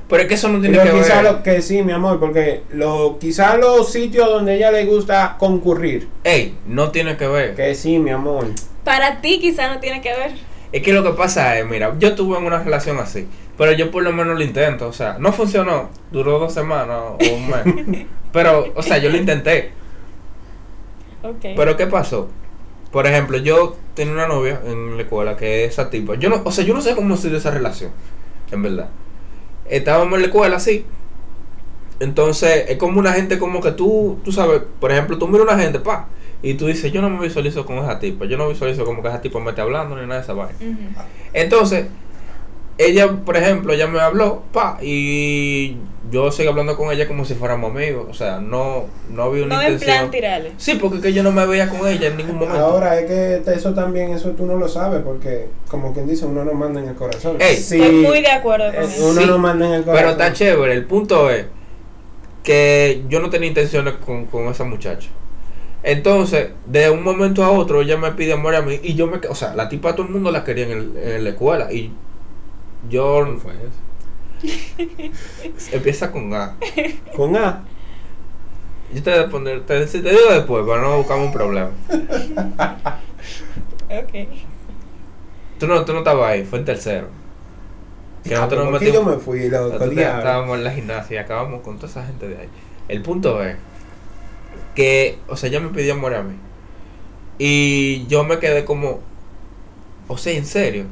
Speaker 2: pero es que eso no tiene
Speaker 1: Pero
Speaker 2: que
Speaker 1: quizá
Speaker 2: ver.
Speaker 1: lo que sí, mi amor, porque lo, quizá los sitios donde ella le gusta concurrir.
Speaker 2: Ey, no tiene que ver.
Speaker 1: Que sí, mi amor.
Speaker 3: Para ti quizá no tiene que ver.
Speaker 2: Es que lo que pasa es, mira, yo tuve una relación así, pero yo por lo menos lo intento, o sea, no funcionó, duró dos semanas o un mes, pero, o sea, yo lo intenté.
Speaker 3: Ok.
Speaker 2: Pero ¿qué pasó? Por ejemplo, yo tenía una novia en la escuela que es esa tipa. Yo no, o sea, yo no sé cómo se dio esa relación, en verdad. Estábamos en la escuela, sí. Entonces, es como una gente como que tú, tú sabes, por ejemplo, tú miras una gente, pa, y tú dices, yo no me visualizo con esa tipa, yo no visualizo como que esa tipa me está hablando ni nada de esa vaina.
Speaker 3: Ujú.
Speaker 2: Entonces, ella, por ejemplo, ella me habló, pa, y yo seguí hablando con ella como si fuéramos amigos, o sea, no, no había una
Speaker 3: No en
Speaker 2: intención.
Speaker 3: plan tirarle.
Speaker 2: Sí, porque es que yo no me veía con ella en ningún momento.
Speaker 1: Ahora es que te- eso también, eso tú no lo sabes, porque como quien dice, uno no manda en el corazón.
Speaker 2: Ey.
Speaker 1: Sí.
Speaker 3: Estoy muy de acuerdo con
Speaker 1: Eh,
Speaker 3: eso.
Speaker 1: Uno
Speaker 2: Sí,
Speaker 1: no manda en el corazón.
Speaker 2: pero está chévere. El punto es que yo no tenía intenciones con, con esa muchacha. Entonces, de un momento a otro, ella me pide amor a mí y yo me... que- O sea, la tipa todo el mundo la quería en, el- en la escuela y yo...
Speaker 1: fue eso?
Speaker 2: Empieza con A.
Speaker 1: Con A.
Speaker 2: Yo te voy a poner... Te, te digo después para no buscarme un problema.
Speaker 3: Ok.
Speaker 2: Tú no, tú no estabas ahí, fue en tercero. Que
Speaker 1: Ah,
Speaker 2: nosotros nos
Speaker 1: ¿por qué yo
Speaker 2: metimos-
Speaker 1: me fui, loco,
Speaker 2: Nosotros
Speaker 1: diablo?
Speaker 2: estábamos en la gimnasia y acabamos con toda esa gente de ahí. El punto es que, o sea, ella me pidió amor a mí. Y yo me quedé como, o sea, en serio.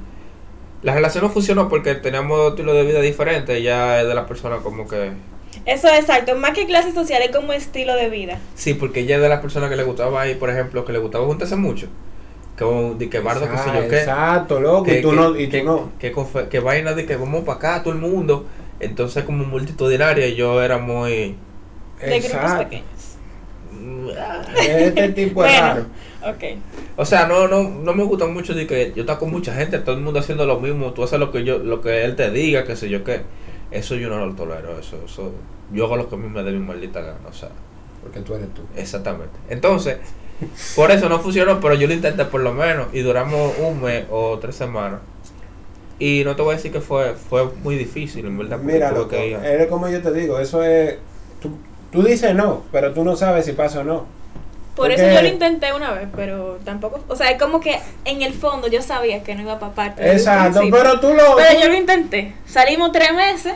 Speaker 2: La relación no funcionó porque teníamos estilos de vida diferentes. Ella es de las personas como que
Speaker 5: Eso es exacto, más que clases sociales como estilo de vida.
Speaker 2: Sí, porque ella es de las personas que le gustaba ir, por ejemplo, que le gustaba juntarse mucho. Que, un- de que bardo, qué sé yo qué.
Speaker 1: Exacto, loco.
Speaker 2: que,
Speaker 1: y tú
Speaker 2: que-
Speaker 1: no. Y
Speaker 2: que-
Speaker 1: tú no.
Speaker 2: que confe- que vaina de que vamos para acá, todo el mundo. Entonces, como multitudinaria, yo era muy.
Speaker 5: De grupos
Speaker 1: Exacto.
Speaker 5: pequeños.
Speaker 1: Este tipo es
Speaker 5: Bueno.
Speaker 1: raro.
Speaker 5: Ok.
Speaker 2: O sea, no, no, no me gusta mucho de que yo estaba con mucha gente, todo el mundo haciendo lo mismo, tú haces lo que yo, lo que él te diga, qué sé yo qué. Eso yo no lo tolero, eso, eso, yo hago lo que a mí me dé mi maldita gana, o sea,
Speaker 1: Porque tú eres tú.
Speaker 2: exactamente. Entonces, por eso no funcionó, pero yo lo intenté por lo menos, y duramos un mes o tres semanas. Y no te voy a decir que fue, fue muy difícil, en verdad, porque
Speaker 1: Mira,
Speaker 2: tuve
Speaker 1: loco. eh,
Speaker 2: que ir a-
Speaker 1: Es como yo te digo. Eso es. Tú, tú dices no, pero tú no sabes si pasa o no.
Speaker 3: Por
Speaker 1: Porque-
Speaker 3: eso yo lo intenté una vez, pero tampoco. O sea, es como que en el fondo yo sabía que no iba para parte. desde el
Speaker 1: Exacto,
Speaker 3: principio.
Speaker 1: pero tú lo.
Speaker 3: Pero yo lo intenté. Salimos tres meses.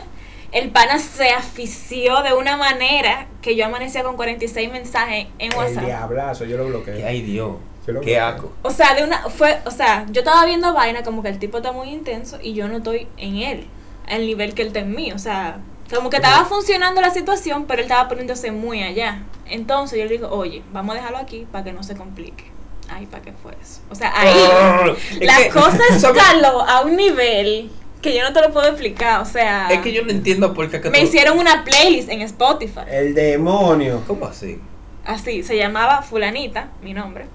Speaker 3: El pana se asfixió de una manera que yo amanecía con 46 mensajes en
Speaker 1: el
Speaker 3: WhatsApp.
Speaker 1: diablazo, yo lo bloqueé.
Speaker 2: Que, ay Dios,
Speaker 1: Yo lo
Speaker 2: qué
Speaker 1: bloqueé.
Speaker 2: asco.
Speaker 3: O sea, de una fue, o sea, yo estaba viendo vaina como que el tipo está muy intenso y yo no estoy en él, al nivel que él está en mí, o sea, como que estaba funcionando la situación, pero él estaba poniéndose muy allá. Entonces yo le digo, "Oye, vamos a dejarlo aquí para que no se complique." Ay, ¿para qué fue eso? O sea, ahí
Speaker 2: Ah. Es
Speaker 3: la
Speaker 2: que-
Speaker 3: cosa
Speaker 2: ¿sabes?
Speaker 3: escaló a un nivel que yo no te lo puedo explicar, o sea,
Speaker 2: Es que yo no entiendo por qué que
Speaker 3: me
Speaker 2: tú-
Speaker 3: hicieron una playlist en Spotify.
Speaker 1: El demonio.
Speaker 2: ¿Cómo así?
Speaker 3: Así, se llamaba Fulanita, mi nombre,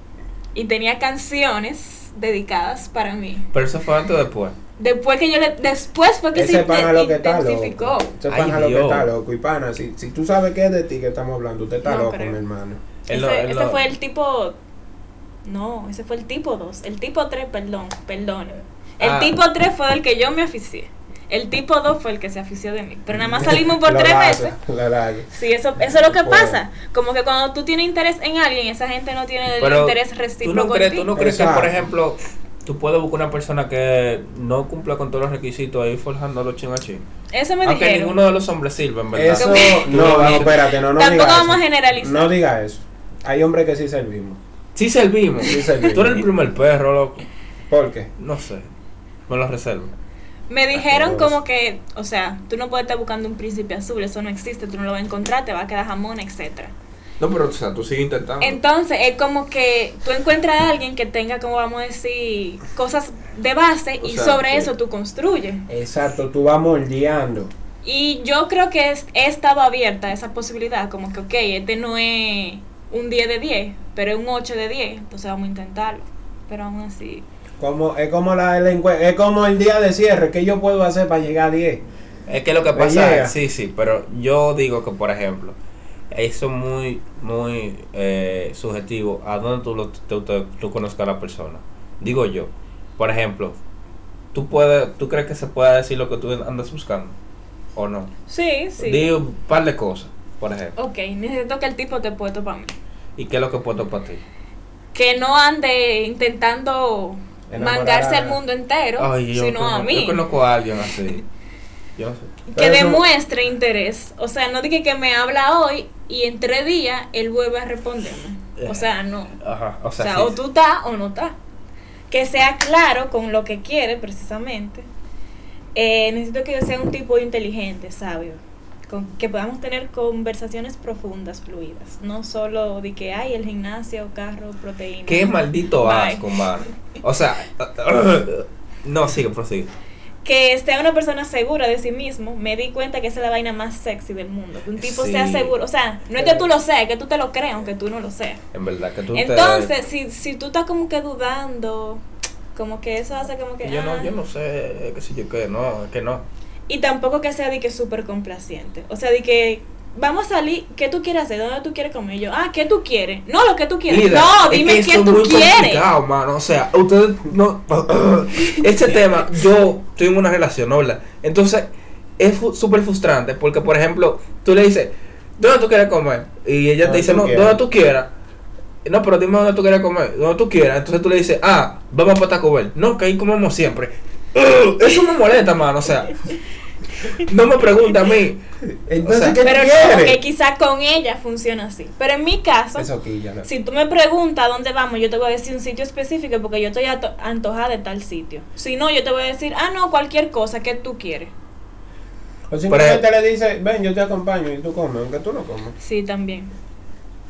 Speaker 3: y tenía canciones dedicadas para mí.
Speaker 2: Pero eso fue antes o después.
Speaker 3: Después que yo le. Después fue que
Speaker 1: Ese
Speaker 3: se
Speaker 1: pana
Speaker 3: inte-
Speaker 1: lo que está
Speaker 3: intensificó.
Speaker 1: loco. Ese
Speaker 2: Ay,
Speaker 1: pana lo que
Speaker 2: Dios.
Speaker 1: está loco. Y pana, si, si tú sabes que es de ti que estamos hablando, usted está
Speaker 3: No
Speaker 1: loco,
Speaker 3: creo.
Speaker 1: mi hermano.
Speaker 2: Él
Speaker 3: ese
Speaker 2: lo- él
Speaker 3: ese
Speaker 2: lo-
Speaker 3: fue el tipo. No, ese fue el tipo 2. El tipo 3, perdón, perdón. El
Speaker 2: Ah.
Speaker 3: tipo 3 fue del que yo me aficié. El tipo 2 fue el que se afició de mí. Pero nada más salimos por
Speaker 1: La
Speaker 3: tres
Speaker 1: laga,
Speaker 3: meses.
Speaker 1: La laga.
Speaker 3: Sí, eso, eso es lo que
Speaker 1: Bueno.
Speaker 3: pasa. Como que cuando tú tienes interés en alguien, esa gente no tiene el
Speaker 2: Pero
Speaker 3: interés
Speaker 2: ¿Tú no
Speaker 3: recíproco en
Speaker 2: crees,
Speaker 3: ti.
Speaker 2: tú no crees que,
Speaker 1: Exacto.
Speaker 2: por ejemplo, tú puedes buscar una persona que no cumpla con todos los requisitos ahí forjando los chin a chin?
Speaker 3: Eso me
Speaker 2: Aunque
Speaker 3: dijeron.
Speaker 2: ninguno de los hombres sirve, en verdad.
Speaker 1: Eso,
Speaker 2: Tú
Speaker 1: no,
Speaker 2: lo
Speaker 1: no,
Speaker 2: dices.
Speaker 1: espérate, no, no
Speaker 3: Tampoco
Speaker 1: diga
Speaker 3: vamos a
Speaker 1: eso.
Speaker 3: generalizar.
Speaker 1: No diga eso. Hay hombres que sí servimos.
Speaker 2: Sí servimos.
Speaker 1: Sí servimos.
Speaker 2: Tú eres el primer perro, loco.
Speaker 1: ¿Por qué?
Speaker 2: No sé. Me lo reservo.
Speaker 3: Me
Speaker 2: Ah,
Speaker 3: dijeron
Speaker 1: Asqueroso.
Speaker 3: como que, o sea, tú no puedes estar buscando un príncipe azul, eso no existe, tú no lo vas a encontrar, te va a quedar jamón, etcétera.
Speaker 2: No, pero o sea, tú sigues intentando.
Speaker 3: Entonces, es como que tú encuentras a alguien que tenga, como vamos a decir, cosas de base
Speaker 2: O
Speaker 3: y
Speaker 2: sea,
Speaker 3: sobre
Speaker 2: que-
Speaker 3: eso tú construyes.
Speaker 1: Exacto, tú vas moldeando.
Speaker 3: Y yo creo que es- he estado abierta a esa posibilidad, como que, ok, este no es un 10 de 10, pero es un 8 de 10, entonces vamos a intentarlo. Pero aún así,
Speaker 1: Como, es como la delincu- es como el día de cierre, ¿qué yo puedo hacer para llegar a 10?
Speaker 2: Es que lo que
Speaker 1: Me
Speaker 2: pasa
Speaker 1: llega.
Speaker 2: es, sí, sí, pero yo digo que, por ejemplo, eso es muy, muy eh, subjetivo a dónde tú, lo- tú, tú- tú conozcas a la persona. Digo yo, por ejemplo, ¿tú, puedes, ¿tú crees que se pueda decir lo que tú andas buscando? ¿O no?
Speaker 3: sí, sí.
Speaker 2: Digo un par de cosas, por ejemplo.
Speaker 3: ok, necesito que el tipo te pueda para mí.
Speaker 2: ¿Y qué es lo que puedo para ti?
Speaker 3: que no ande intentando
Speaker 1: Enamorar
Speaker 3: mangarse
Speaker 1: a-
Speaker 3: al mundo entero,
Speaker 2: Ay, yo,
Speaker 3: sino a
Speaker 2: conozco-
Speaker 3: mí.
Speaker 2: yo conozco a alguien así. Yo no sé.
Speaker 3: Que
Speaker 1: Pero eso-
Speaker 3: demuestre interés. O sea, no dije que me habla hoy y en tres días él vuelve a responderme.
Speaker 2: Eh.
Speaker 3: O sea, no.
Speaker 2: Ajá, o
Speaker 3: O
Speaker 2: sea,
Speaker 3: sea,
Speaker 2: sí,
Speaker 3: o
Speaker 2: sí.
Speaker 3: tú estás o no estás. Que sea claro con lo que quiere, precisamente. Eh, necesito que yo sea un tipo inteligente, sabio. Con, que podamos tener conversaciones profundas, fluidas. No solo de que hay el gimnasio, carro, proteína.
Speaker 2: Qué maldito
Speaker 3: Bye.
Speaker 2: asco, mano. O sea, no, sigue, prosigue.
Speaker 3: que sea una persona segura de sí mismo, me di cuenta que esa es la vaina más sexy del mundo. Que un tipo
Speaker 2: Sí.
Speaker 3: sea seguro. O sea, no es que tú lo seas, es que tú te lo creas, aunque tú no lo seas.
Speaker 2: En verdad que tú te-
Speaker 3: Entonces, si, si tú estás como que dudando, como que eso hace como que.
Speaker 2: yo no,
Speaker 3: ah.
Speaker 2: yo no sé, eh, qué sé yo qué, no, es que no.
Speaker 3: Y tampoco que sea de que súper complaciente. O sea, de que. Vamos a salir, ¿qué tú quieres hacer? ¿Dónde tú quieres comer? Y yo, ah, ¿qué tú quieres? No, lo que tú quieres.
Speaker 2: Líder, es
Speaker 3: no, dime
Speaker 2: que
Speaker 3: qué
Speaker 2: esto
Speaker 3: tú
Speaker 2: es muy
Speaker 3: quieres.
Speaker 2: complicado, mano. O sea, ustedes no. este tema, yo estoy en una relación, ¿no? ¿verdad? Entonces, es fu- súper frustrante porque, por ejemplo, tú le dices, ¿dónde tú quieres comer? Y ella te
Speaker 1: Donde
Speaker 2: dice,
Speaker 1: tú
Speaker 2: no,
Speaker 1: quieras.
Speaker 2: donde tú quieras. No, pero dime dónde tú quieres comer, donde tú quieras. Entonces tú le dices, ah, vamos para Taco Bell. No, que ahí comemos siempre. Eso me molesta, mano. O sea, no me pregunta a mí.
Speaker 1: Entonces,
Speaker 2: O sea,
Speaker 1: ¿qué tú
Speaker 3: Pero no,
Speaker 1: quieres?
Speaker 3: que quizá con ella funciona así. Pero en mi caso,
Speaker 1: Eso aquí ya lo-
Speaker 3: Si tú me preguntas a dónde vamos, yo te voy a decir un sitio específico porque yo estoy ato- antojada de tal sitio. Si no, yo te voy a decir, ah, no, cualquier cosa que tú quieres.
Speaker 1: O simplemente le dice, ven, yo te acompaño y tú comes, aunque tú no comes.
Speaker 3: Sí, también.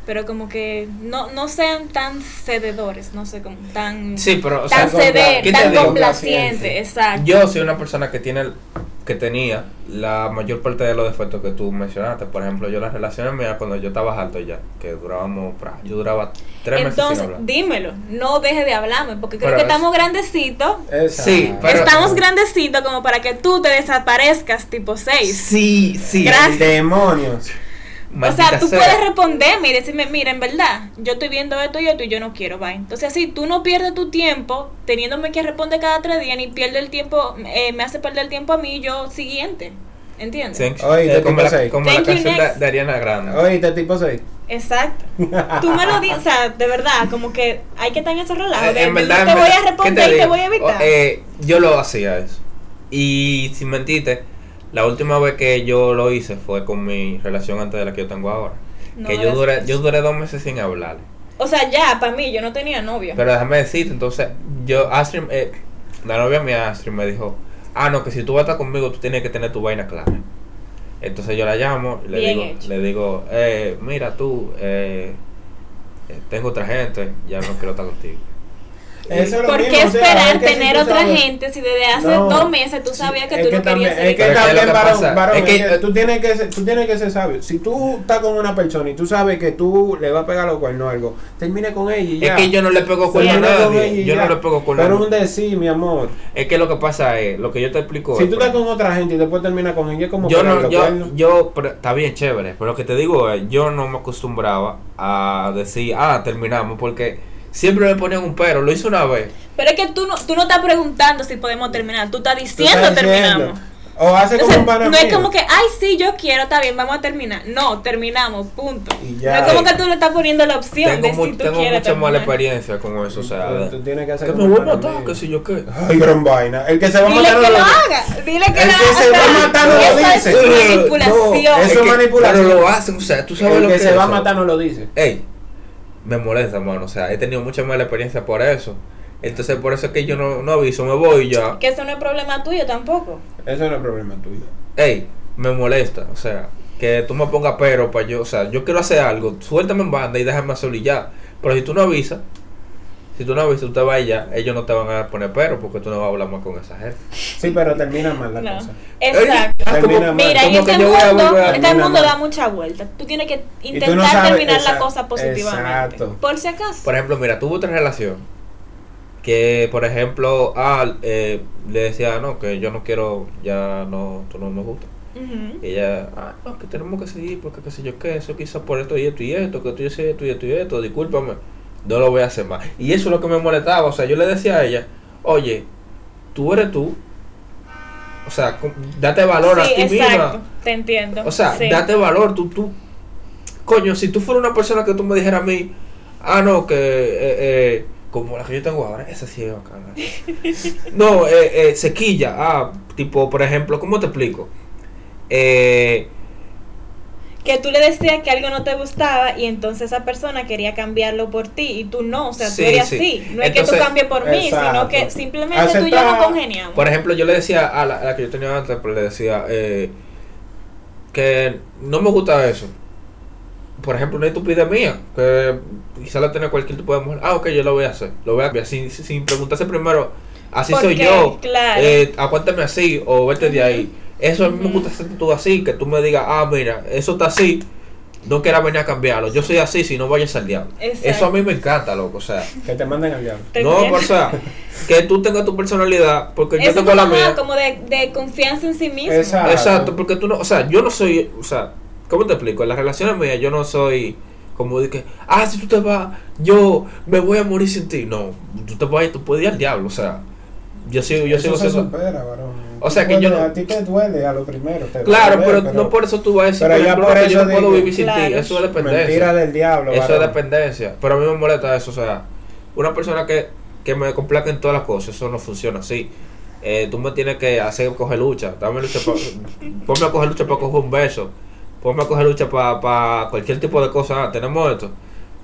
Speaker 3: Pero como que no, no sean tan cededores, no sé, como tan,
Speaker 2: Sí, pero, o sea,
Speaker 3: tan
Speaker 1: compla-
Speaker 3: ceder,
Speaker 2: ¿qué te
Speaker 3: tan
Speaker 2: digo?
Speaker 3: complaciente, exacto.
Speaker 2: yo soy una persona que tiene que tenía la mayor parte de los defectos que tú mencionaste. Por ejemplo, yo las relaciones mías cuando yo estaba alto ya, que durábamos, pra- yo duraba tres meses
Speaker 3: Entonces,
Speaker 2: sin hablar.
Speaker 3: dímelo, no deje de hablarme, porque creo
Speaker 2: Pero
Speaker 3: que
Speaker 2: es-
Speaker 3: estamos grandecitos.
Speaker 1: Esa-
Speaker 2: Sí, pero-
Speaker 3: estamos grandecitos como para que tú te desaparezcas tipo 6.
Speaker 2: Sí, sí.
Speaker 3: Gracias.
Speaker 1: Demonios.
Speaker 3: O sea,
Speaker 2: Maldita
Speaker 3: tú
Speaker 2: sea.
Speaker 3: puedes responderme y decirme, mira, en verdad, yo estoy viendo esto y esto y yo no quiero, bye. Entonces, así, tú no pierdes tu tiempo teniéndome que responder cada tres días, ni pierde el tiempo, eh, me hace perder el tiempo a mí y yo siguiente. ¿Entiendes?
Speaker 2: Thank-
Speaker 1: Oye,
Speaker 2: eh,
Speaker 1: ¿qué te
Speaker 2: como la,
Speaker 1: pasa ahí?
Speaker 2: como la
Speaker 3: Thank you,
Speaker 2: canción de,
Speaker 3: next.
Speaker 2: de Ariana Grande.
Speaker 1: Oye, este tipo soy.
Speaker 3: Exacto. Tú me lo dices, o sea, de verdad, como que hay que estar en ese relajo.
Speaker 2: Eh,
Speaker 3: de,
Speaker 2: en verdad,
Speaker 3: no te
Speaker 2: en
Speaker 3: voy
Speaker 2: verdad,
Speaker 3: a responder
Speaker 2: ¿qué
Speaker 3: y te
Speaker 2: digo?
Speaker 3: voy a evitar.
Speaker 2: O- eh, yo lo hacía eso. Y sin mentirte, la última vez que yo lo hice fue con mi relación antes de la que yo tengo ahora.
Speaker 3: No
Speaker 2: que yo
Speaker 3: hagas
Speaker 2: duré,
Speaker 3: eso.
Speaker 2: yo duré dos meses sin hablar.
Speaker 3: O sea, ya, para mí, yo no tenía novio.
Speaker 2: Pero déjame decirte, entonces, yo, Astrid, eh, la novia mía, Astrid, me dijo, ah, no, que si tú vas a estar conmigo, tú tienes que tener tu vaina clara. Entonces yo la llamo y le
Speaker 3: Bien
Speaker 2: digo,
Speaker 3: hecho.
Speaker 2: le digo eh, mira tú, eh, eh, tengo otra gente, ya no quiero estar contigo.
Speaker 1: Eso es lo
Speaker 3: ¿Por
Speaker 1: mismo,
Speaker 3: qué
Speaker 1: o sea,
Speaker 3: esperar
Speaker 1: es que si
Speaker 3: tener
Speaker 1: tú
Speaker 3: otra
Speaker 1: sabes-
Speaker 3: gente si desde hace
Speaker 1: No.
Speaker 3: dos meses tú
Speaker 1: Sí,
Speaker 3: sabías que
Speaker 1: es
Speaker 3: tú no
Speaker 1: también-
Speaker 3: querías ser
Speaker 1: Es que
Speaker 2: Pero es que
Speaker 1: también,
Speaker 2: lo que
Speaker 1: varón,
Speaker 2: pasa
Speaker 1: varón,
Speaker 2: es que-
Speaker 1: es que tú, tienes que ser, tú tienes que ser sabio. Si tú estás con una persona y tú sabes que tú le vas a pegar los cuernos o algo, termina con ella y
Speaker 2: Es
Speaker 1: ya.
Speaker 2: que yo no le
Speaker 1: Termina
Speaker 2: pego cuerno a
Speaker 1: con ella
Speaker 2: nadie.
Speaker 1: y
Speaker 2: Yo
Speaker 1: ya.
Speaker 2: no le pego cuerno a
Speaker 1: Pero es un
Speaker 2: nadie.
Speaker 1: decir, mi amor.
Speaker 2: Es que lo que pasa es, lo que yo te explico
Speaker 1: Si
Speaker 2: es,
Speaker 1: tú
Speaker 2: por
Speaker 1: estás con otra gente y después termina con ella, es como
Speaker 2: yo
Speaker 1: pegar
Speaker 2: no,
Speaker 1: los
Speaker 2: yo,
Speaker 1: cuernos.
Speaker 2: yo, pero está bien, chévere, pero lo que te digo es, yo no me acostumbraba a decir, ah, terminamos, porque siempre me ponían un pero, lo hice una vez.
Speaker 3: Pero es que tú no, tú no estás preguntando si podemos terminar, tú estás
Speaker 1: Tú estás
Speaker 3: diciendo terminamos.
Speaker 1: diciendo. O hace como
Speaker 3: Entonces,
Speaker 1: un pana
Speaker 3: no es
Speaker 1: mío.
Speaker 3: como que, ay, sí, yo quiero, está bien, vamos a terminar. No, terminamos, punto.
Speaker 1: Y ya.
Speaker 3: No es como que tú le estás poniendo la opción
Speaker 2: Tengo,
Speaker 3: de
Speaker 2: mu-
Speaker 3: si tú
Speaker 2: tengo
Speaker 3: quieres
Speaker 2: mucha mala
Speaker 3: terminar.
Speaker 2: experiencia con eso, o sea,
Speaker 1: Tú- tú tienes que hacer
Speaker 2: que me
Speaker 1: como
Speaker 2: vuelvo a
Speaker 1: para
Speaker 2: matar,
Speaker 1: mí.
Speaker 2: que si yo qué.
Speaker 1: Ay, gran vaina. El que se va a
Speaker 3: Dile
Speaker 1: matar
Speaker 3: que
Speaker 1: no
Speaker 3: lo
Speaker 1: lo dice.
Speaker 3: haga, dile que
Speaker 1: El
Speaker 3: lo haga.
Speaker 1: que se va a
Speaker 3: o sea,
Speaker 1: matar no lo
Speaker 3: eso
Speaker 2: dice.
Speaker 3: Es manipulación.
Speaker 1: No, eso-
Speaker 2: Es que-
Speaker 1: manipulación.
Speaker 2: Pero lo hacen, o sea, tú sabes
Speaker 1: El
Speaker 2: lo
Speaker 1: que
Speaker 2: que
Speaker 1: se
Speaker 2: es
Speaker 1: va a
Speaker 2: eso.
Speaker 1: matar no lo dice.
Speaker 2: Ey, me molesta, mano, o sea, he tenido mucha mala experiencia por eso. Entonces, por eso es que yo no, no aviso, me voy y ya.
Speaker 5: Que eso no es problema tuyo tampoco.
Speaker 1: Eso no es problema tuyo.
Speaker 2: Ey, me molesta, o sea, que tú me pongas pero para yo, o sea, yo quiero hacer algo, suéltame en banda y déjame solo y ya. Pero si tú no avisas, si tú no avisas, tú te vas y ya, ellos no te van a poner pero porque tú no vas a hablar más con esa gente.
Speaker 1: Sí, pero termina mal la
Speaker 3: No.
Speaker 1: cosa.
Speaker 5: Exacto.
Speaker 2: Ey, ah, como-
Speaker 1: Termina mal.
Speaker 5: Mira, en
Speaker 2: como que
Speaker 5: este
Speaker 2: yo
Speaker 5: mundo,
Speaker 2: voy a volver a
Speaker 5: este
Speaker 1: terminar
Speaker 5: mundo
Speaker 1: mal.
Speaker 5: da mucha vuelta. Tú tienes que
Speaker 1: tú
Speaker 5: intentar
Speaker 1: no sabes-
Speaker 5: terminar la
Speaker 1: exacto,
Speaker 5: cosa positivamente.
Speaker 1: exacto.
Speaker 5: Por si acaso.
Speaker 2: Por ejemplo, mira, tuve otra relación que, por ejemplo, ah, eh, le decía, no, que yo no quiero, ya no, tú no me gusta.
Speaker 3: Ujú.
Speaker 2: Y ella, ah, no, que tenemos que seguir porque qué sé yo qué, eso quizás por esto y esto y esto, que tú y esto y esto y esto, discúlpame, no lo voy a hacer más. Y eso es lo que me molestaba, o sea, yo le decía a ella, oye, tú eres tú, o sea, com- date valor
Speaker 3: Sí,
Speaker 2: a ti
Speaker 3: exacto,
Speaker 2: misma,
Speaker 3: te entiendo.
Speaker 2: o sea,
Speaker 3: sí.
Speaker 2: date valor, tú, tú, coño, si tú fueras una persona que tú me dijeras a mí, ah, no, que, eh, eh, como la que yo tengo ahora, esa sí es bacana. No, eh, eh, sequilla, ah, tipo, por ejemplo, ¿cómo te explico? Eh,
Speaker 5: Que tú le decías que algo no te gustaba y entonces esa persona quería cambiarlo por ti y tú no, o sea,
Speaker 2: Sí,
Speaker 5: tú eres
Speaker 2: sí.
Speaker 5: así. No es que
Speaker 2: Entonces,
Speaker 5: tú cambies por mí, sino
Speaker 1: exacto.
Speaker 5: que simplemente tú y yo
Speaker 1: Aceptar-
Speaker 5: no congeniamos.
Speaker 2: Por ejemplo, yo le decía a la, a la que yo tenía antes, pues le decía eh, que no me gusta eso. Por ejemplo, una estupidez mía, que quizá la tenga cualquier tipo de mujer. Ah, ok, yo lo voy a hacer, lo voy a cambiar. Sin, sin preguntarse primero, así
Speaker 5: ¿Por
Speaker 2: soy
Speaker 5: qué?
Speaker 2: yo,
Speaker 5: Claro.
Speaker 2: eh, aguántame así o vete de ahí. Eso a mí me
Speaker 3: Ujú.
Speaker 2: gusta hacer tú así, que tú me digas, ah, mira, eso está así, no quieras venir a cambiarlo. Yo soy así, si no vayas al diablo.
Speaker 5: Exacto.
Speaker 2: Eso a mí me encanta, loco, o sea.
Speaker 1: Que te manden al diablo.
Speaker 5: Te
Speaker 2: No,
Speaker 5: entiendo.
Speaker 2: o sea, que tú tengas tu personalidad, porque yo
Speaker 5: Eso
Speaker 2: tengo
Speaker 5: como,
Speaker 2: la
Speaker 5: ajá,
Speaker 2: mía.
Speaker 5: como de, de confianza en sí mismo.
Speaker 1: Exacto.
Speaker 2: Exacto, porque tú no, o sea, yo no soy, o sea, ¿cómo te explico? En las relaciones mías yo no soy como de que, ah, si tú te vas, yo me voy a morir sin ti. No, tú te vas, y tú puedes ir al diablo, o sea, yo sigo, yo
Speaker 1: Eso
Speaker 2: sigo
Speaker 1: se
Speaker 2: siendo-
Speaker 1: supera, varón.
Speaker 2: O sea, que
Speaker 1: Duele,
Speaker 2: yo no-
Speaker 1: A ti te duele a lo primero. te
Speaker 2: Claro,
Speaker 1: duele,
Speaker 2: pero, no por eso tú vas a decir,
Speaker 1: pero
Speaker 2: por
Speaker 1: ya
Speaker 2: ejemplo,
Speaker 1: por
Speaker 2: que yo
Speaker 1: eso
Speaker 2: no puedo
Speaker 1: digo-
Speaker 2: vivir sin ti,
Speaker 5: Claro.
Speaker 2: eso es dependencia.
Speaker 1: Mentira del diablo,
Speaker 2: Eso es
Speaker 1: varón.
Speaker 2: dependencia. Pero a mí me molesta eso. O sea, una persona que, que me complaca en todas las cosas, eso no funciona así. Eh, tú me tienes que hacer coger lucha. Dame lucha pa- ponme a coger lucha para coger un beso. Ponme a coger lucha para cualquier tipo de cosa. Ah, tenemos esto.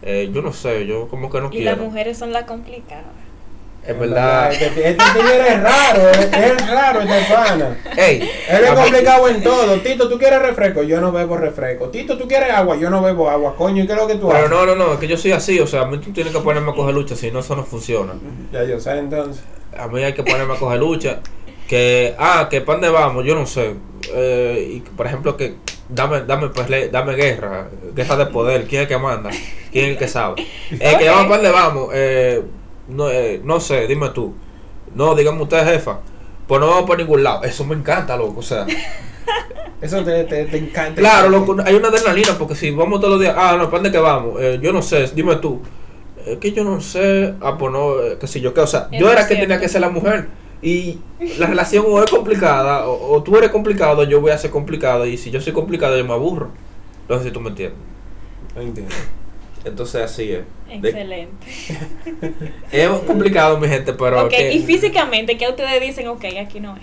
Speaker 2: Eh, yo no sé, yo como que no
Speaker 5: Y las
Speaker 2: quiero.
Speaker 5: mujeres son las complicadas.
Speaker 2: Es verdad. eh,
Speaker 1: Este, este tigre es raro, es, es raro este pana.
Speaker 2: Ey,
Speaker 1: Él es
Speaker 2: a mí-
Speaker 1: complicado en todo. Tito, ¿tú quieres refresco? Yo no bebo refresco. Tito, ¿tú quieres agua? Yo no bebo agua. Coño, ¿y qué es lo que tú
Speaker 2: Pero
Speaker 1: haces?
Speaker 2: no, no, no, es que yo soy así, o sea, a mí tú tienes que ponerme a coger lucha, si no, eso no funciona.
Speaker 1: Ya yo sé entonces.
Speaker 2: A mí hay que ponerme a coger lucha. Que, ah, que pan de vamos, yo no sé. Eh, y, por ejemplo, que dame, dame, pelea- dame guerra, guerra de poder, ¿quién es el que manda? ¿Quién es el que sabe? Eh, Que
Speaker 3: Ok.
Speaker 2: llama pan de vamos, eh, no, eh, no sé, dime tú. No, dígame usted, jefa. Pues no vamos por ningún lado. Eso me encanta, loco, o sea.
Speaker 1: Eso te, te, te encanta.
Speaker 2: Claro, loco, hay una adrenalina porque si vamos todos los días, ah, no, ¿para dónde que vamos? Eh, yo no sé, dime tú. Es que yo no sé, ah, pues no, eh, qué sé yo qué, o sea,
Speaker 3: Es
Speaker 2: yo era
Speaker 3: muy
Speaker 2: que tenía
Speaker 3: cierto.
Speaker 2: que ser la mujer y la relación o es complicada o, o tú eres complicado, yo voy a ser complicado y si yo soy complicado yo me aburro. No sé si tú me entiendes.
Speaker 1: Entiendo.
Speaker 2: Entonces así es. De-
Speaker 3: Excelente.
Speaker 2: es complicado, mi gente, pero
Speaker 5: ok,
Speaker 2: que-
Speaker 5: y físicamente, ¿qué ustedes dicen? Ok, aquí no es.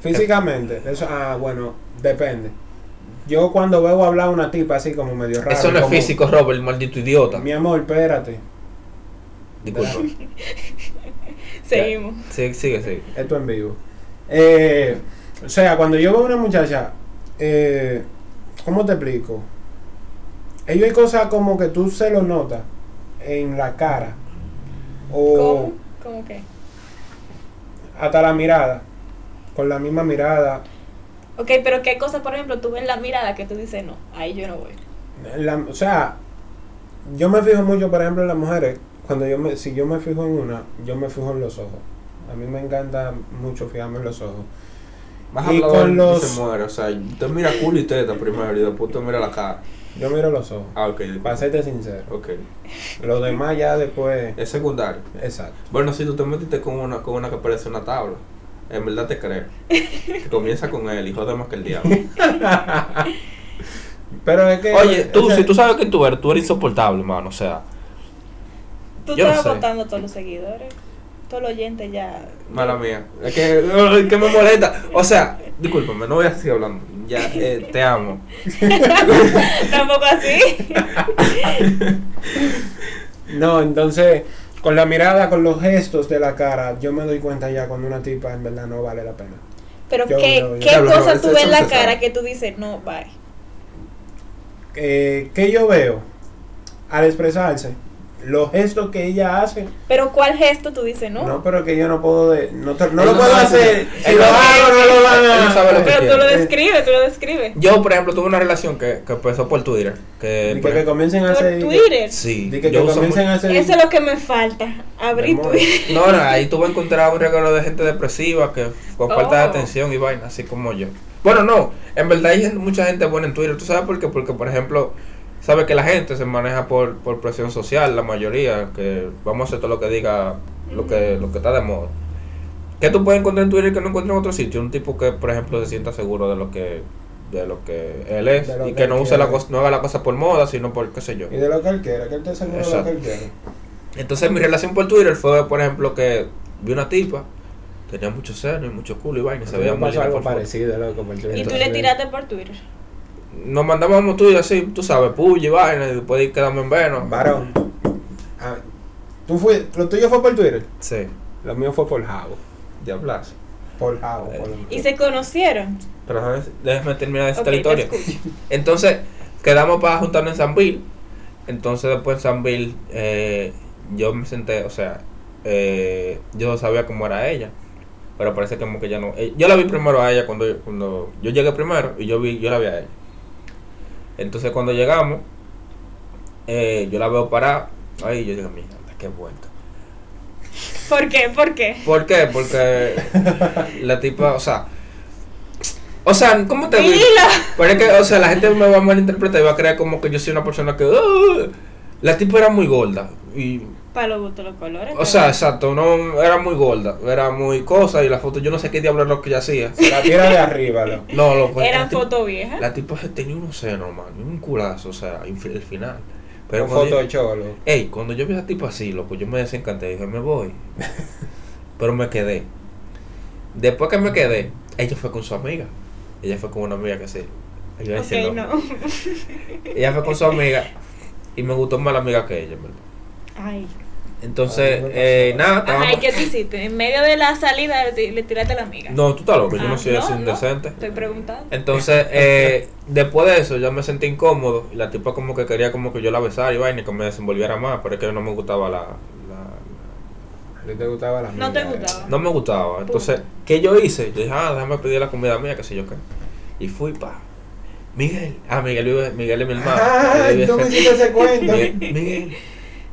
Speaker 1: Físicamente, eso, ah, bueno, depende. Yo cuando veo hablar a una tipa así como medio raro.
Speaker 2: eso no es
Speaker 1: como,
Speaker 2: físico, Robert, maldito idiota.
Speaker 1: Mi amor, espérate.
Speaker 2: Disculpa.
Speaker 5: Seguimos.
Speaker 2: Sí, sigue, sigue.
Speaker 1: Esto en vivo. Eh, o sea, cuando yo veo a una muchacha, eh, ¿cómo te explico? Ellos hay cosas como que tú se lo notas en la cara. O
Speaker 3: ¿Cómo? ¿Cómo qué?
Speaker 1: hasta la mirada. Con la misma mirada.
Speaker 5: Ok, pero ¿qué cosa, por ejemplo, tú ves la mirada que tú dices, no, ahí yo no voy?
Speaker 1: La- o sea, yo me fijo mucho, por ejemplo, en las mujeres. Cuando yo me, si yo me fijo en una, yo me fijo en los ojos. A mí me encanta mucho fijarme en los ojos.
Speaker 2: Más
Speaker 1: Y
Speaker 2: hablador
Speaker 1: con los-
Speaker 2: se muere, o sea, usted mira culo y teta primero y después usted mira la cara.
Speaker 1: Yo miro los ojos.
Speaker 2: Ah, ok. disculpa.
Speaker 1: Para serte sincero.
Speaker 2: Ok.
Speaker 1: Lo demás ya después.
Speaker 2: Es secundario.
Speaker 1: Exacto.
Speaker 2: Bueno, si tú te metiste con una, con una que parece una tabla, en verdad te creo. Que comienza con él y jode más que el diablo.
Speaker 1: Pero es que.
Speaker 2: Oye,
Speaker 1: o
Speaker 2: tú,
Speaker 1: sea,
Speaker 2: si tú sabes que tú eres, tú eres insoportable, mano, o sea.
Speaker 5: Tú
Speaker 2: Yo no
Speaker 5: estabas
Speaker 2: sé.
Speaker 5: contando todos los seguidores, todos los oyentes ya.
Speaker 2: Mala mía. Es que, ay, que me molesta. O sea, discúlpame, no voy a seguir hablando. Ya, eh, te amo.
Speaker 5: Tampoco así.
Speaker 1: No, entonces, con la mirada, con los gestos de la cara, yo me doy cuenta ya cuando una tipa en verdad no vale la pena.
Speaker 5: Pero
Speaker 1: Yo-
Speaker 5: ¿qué,
Speaker 1: yo- yo-
Speaker 5: qué
Speaker 2: Ya lo-
Speaker 5: cosa
Speaker 2: eso-
Speaker 5: tú
Speaker 2: eso
Speaker 5: ves en
Speaker 2: no
Speaker 5: la
Speaker 2: se sabe.
Speaker 5: cara que tú dices, no, bye?
Speaker 1: Eh, ¿Qué yo veo? Al expresarse, los gestos que ella hace.
Speaker 5: Pero ¿cuál gesto tú dices, no?
Speaker 1: No, pero que yo no puedo. de- no te- no
Speaker 2: Él
Speaker 1: lo
Speaker 2: no
Speaker 1: puedo
Speaker 2: sabe
Speaker 1: hacer.
Speaker 2: lo que-
Speaker 1: Si
Speaker 2: él
Speaker 1: lo
Speaker 2: no-
Speaker 1: hago, no lo van a.
Speaker 2: él no sabe lo que-
Speaker 5: pero tú lo
Speaker 1: Eh,
Speaker 5: describes, tú lo describes.
Speaker 2: Yo, por ejemplo, tuve una relación que, que empezó por Twitter. Que,
Speaker 1: Di que,
Speaker 2: por
Speaker 1: que
Speaker 2: ejemplo-
Speaker 1: comiencen a
Speaker 5: Por
Speaker 1: hacer.
Speaker 5: Twitter.
Speaker 2: sí,
Speaker 1: di que, que
Speaker 2: yo uso
Speaker 1: comiencen a hacer.
Speaker 5: Eso es lo que me falta, abrir
Speaker 1: Demonios.
Speaker 5: Twitter.
Speaker 2: No, no, ahí tú vas a encontrar un regalo de gente depresiva que con
Speaker 3: Oh.
Speaker 2: falta de atención y vaina, así como yo. Bueno, no, en verdad hay gente- mucha gente buena en Twitter, ¿tú sabes por qué? Porque, por ejemplo, sabes que la gente se maneja por, por presión social, la mayoría, que vamos a hacer todo lo que diga, lo que, lo que está de moda. ¿Qué tú puedes encontrar en Twitter que no encuentras en otro sitio? Un tipo que, por ejemplo, se sienta seguro de lo que de lo que él es
Speaker 1: De lo
Speaker 2: y
Speaker 1: que
Speaker 2: que no
Speaker 1: él
Speaker 2: use la
Speaker 1: quiere.
Speaker 2: cosa, no haga la cosa por moda, sino por qué sé yo.
Speaker 1: Y de lo que él quiera, que él te asegure de lo
Speaker 2: Exacto.
Speaker 1: que él quiera.
Speaker 2: Entonces mi relación por Twitter fue, por ejemplo, que vi una tipa, tenía mucho seno y mucho culo y vaina, y se veía
Speaker 1: Me
Speaker 2: muy
Speaker 1: pasó
Speaker 2: linda
Speaker 1: algo
Speaker 2: por foto.
Speaker 1: parecido, loco. por Twitter.
Speaker 5: Y tú le tiraste por Twitter.
Speaker 2: Nos mandábamos tú y así, tú sabes, puya y vaina, y después quedamos en veno.
Speaker 1: Varón. ah, ¿Tú fui, ¿Lo tuyo fue por Twitter?
Speaker 2: Sí,
Speaker 1: Lo mío fue por Javo.
Speaker 2: diablas.
Speaker 1: Por Javo.
Speaker 2: Eh,
Speaker 1: por-
Speaker 5: Y se conocieron.
Speaker 2: Pero déjame- déjame terminar esa
Speaker 5: Ok, te
Speaker 2: historia.
Speaker 5: escucho.
Speaker 2: Entonces, quedamos para juntarnos en San Bill. Entonces, después en San Bill, eh, yo me senté, o sea, eh, yo sabía cómo era ella. Pero parece que como que ya no. eh, yo la vi primero a ella cuando, yo- cuando yo llegué primero y yo vi, yo la vi a ella. Entonces, cuando llegamos, eh, yo la veo parada. Ahí yo digo, mira, qué vuelta.
Speaker 5: ¿Por qué? ¿Por qué?
Speaker 2: ¿Por qué? Porque la tipa, o sea, o sea, ¿cómo te digo? Pero es que, o sea, la gente me va a malinterpretar y va a creer como que yo soy una persona que. "Ah". la tipa era muy gorda. Y,
Speaker 5: Para los gustos, los colores.
Speaker 2: o sea, exacto, no era muy gorda, era muy cosa. Y la foto, yo no sé qué diablo era lo que ella hacía.
Speaker 1: La tira de arriba, loco.
Speaker 2: No, lo
Speaker 5: pero eran
Speaker 2: la tipa-
Speaker 5: fotos viejas.
Speaker 2: La tipa tenía unos senos, man, y un culazo, o sea, inf- el final. Pero
Speaker 1: Pero
Speaker 2: cuando
Speaker 1: foto
Speaker 2: yo-
Speaker 1: de cholo.
Speaker 2: Ey, cuando yo vi a esa tipa así, loco, yo me desencanté y dije, me voy. Pero me quedé. Después que me quedé, ella fue con su amiga. Ella fue con una amiga que sí. Iba a
Speaker 5: Ok,
Speaker 2: decir el nombre.
Speaker 5: no.
Speaker 2: Ella fue con su amiga y me gustó más la amiga que ella, en ¿verdad?
Speaker 5: Ay,
Speaker 2: Entonces,
Speaker 1: Ay, me
Speaker 2: eh,
Speaker 1: pasó.
Speaker 2: nada,
Speaker 3: Ajá,
Speaker 2: estábamos-
Speaker 3: ¿y qué tú hiciste? En medio de la salida le ti- le tiraste a la amiga.
Speaker 2: No, tú estás loco, yo
Speaker 3: Ah,
Speaker 2: no soy así indecente.
Speaker 3: Estoy preguntando.
Speaker 2: Entonces, eh, después de eso, yo me sentí incómodo y la tipa como que quería como que yo la besara y vaina y que me desenvolviera más, pero es que no me gustaba la... la-
Speaker 1: ¿No te gustaba la
Speaker 3: No te gustaba.
Speaker 2: no me gustaba. Entonces, ¿qué yo hice? Yo dije, ah, déjame pedir la comida mía, qué sé yo qué. Y fui, pa. Miguel. Ah, Miguel, vive- Miguel es mi hermano.
Speaker 1: Ah,
Speaker 2: Él vive
Speaker 1: tú me
Speaker 2: cerca.
Speaker 1: hiciste ese cuento.
Speaker 2: Miguel, Miguel,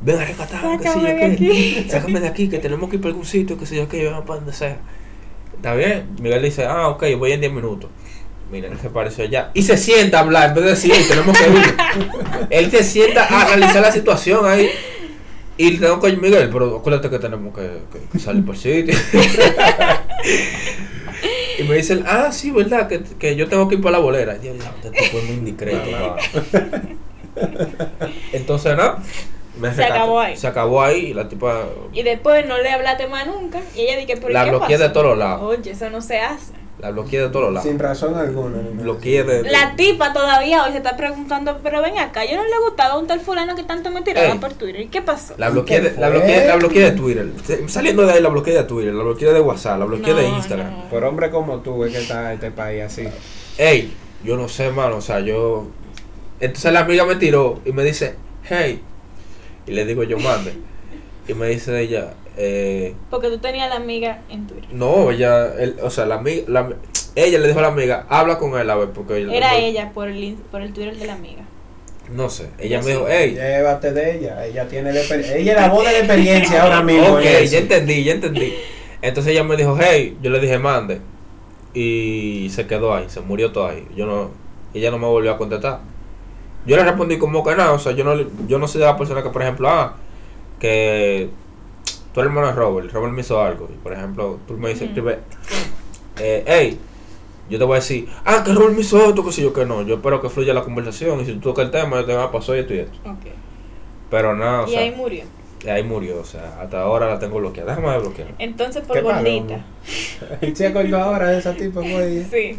Speaker 2: ven a rescatar, qué sé
Speaker 3: Sácame
Speaker 2: yo
Speaker 3: de
Speaker 2: qué.
Speaker 3: aquí.
Speaker 2: Sácame de aquí, que tenemos que ir para algún sitio, qué sé yo qué, ven para donde sea. Está bien. Miguel dice, ah, ok, voy en 10 minutos. Mira, él se pareció allá. Y se sienta a hablar, en vez de decir, "Ey, tenemos que ir. él se sienta a analizar la situación ahí. Y le tengo que Miguel, pero acuérdate que tenemos que, que- que salir por el sitio. y me dicen, ah, sí, verdad, que, que yo tengo que ir para la bolera. Y yo digo, "Este tipo es muy indiscreto. va". Entonces, nada. me
Speaker 3: Se
Speaker 2: rescató.
Speaker 3: acabó ahí.
Speaker 2: Se acabó ahí y la tipa
Speaker 3: Y después no le hablaste más nunca. Y ella dije, ¿pero
Speaker 2: la
Speaker 3: qué
Speaker 2: bloqueé
Speaker 3: pasó?
Speaker 2: de todos lados.
Speaker 3: Oye, eso no se hace.
Speaker 2: La bloqueé de todos lados.
Speaker 1: Sin razón alguna. ni nada.
Speaker 2: Bloqueé de.
Speaker 3: La tipa todavía hoy se está preguntando, pero ven acá, yo no le gustaba a un tal fulano que tanto me tiraba
Speaker 2: Ey.
Speaker 3: por Twitter. ¿Y qué pasó?
Speaker 2: La bloqueé, de,
Speaker 1: ¿Qué
Speaker 2: la,
Speaker 1: fue?
Speaker 2: bloqueé, la bloqueé de Twitter. Se- Saliendo de ahí, la bloqueé de Twitter, la bloqueé de WhatsApp, la bloqueé de
Speaker 3: No,
Speaker 2: Instagram.
Speaker 3: no.
Speaker 1: Por hombre como tú es que está este país así.
Speaker 2: Ey, yo no sé, mano, o sea, yo... Entonces la amiga me tiró y me dice, hey. Y le digo, yo mande. Y me dice ella, eh,
Speaker 3: Porque tú tenías la amiga en Twitter.
Speaker 2: no, ella, él- o sea, la amiga, la- ella le dijo a la amiga, habla con él, a ver, porque ella...
Speaker 3: Era ella por el, in- por el Twitter de la amiga.
Speaker 2: No sé, ella
Speaker 3: No
Speaker 2: me
Speaker 3: sé.
Speaker 2: dijo, hey,
Speaker 1: Llévate de ella. Ella tiene la exper- ella es la voz de la experiencia ahora mismo.
Speaker 2: ok,
Speaker 1: en eso.
Speaker 2: ya entendí, ya entendí. Entonces ella me dijo, hey, yo le dije, mande. Y se quedó ahí, se murió todo ahí. Yo no, ella no me volvió a contestar. Yo le respondí como que nada, o sea, yo no, le- yo no soy de la persona que, por ejemplo, ah, que tu hermano es Robert, Robert me hizo algo. Y, por ejemplo, tú me dices,
Speaker 3: Ujú.
Speaker 2: escribe, eh, hey, yo te voy a decir, ah, que Robert me hizo esto, que sé yo, que no. Yo espero que fluya la conversación y si tú tocas el tema, yo te va a pasar esto y esto.
Speaker 3: Okay.
Speaker 2: Pero nada, Ah, o
Speaker 3: y
Speaker 2: sea,
Speaker 3: ahí murió.
Speaker 2: y ahí murió, o sea, hasta ahora la tengo bloqueada. Déjame desbloquear.
Speaker 3: Entonces por
Speaker 1: Qué
Speaker 3: gordita.
Speaker 1: Y se acordó ahora de esa pues, tipo, güey.
Speaker 3: Sí.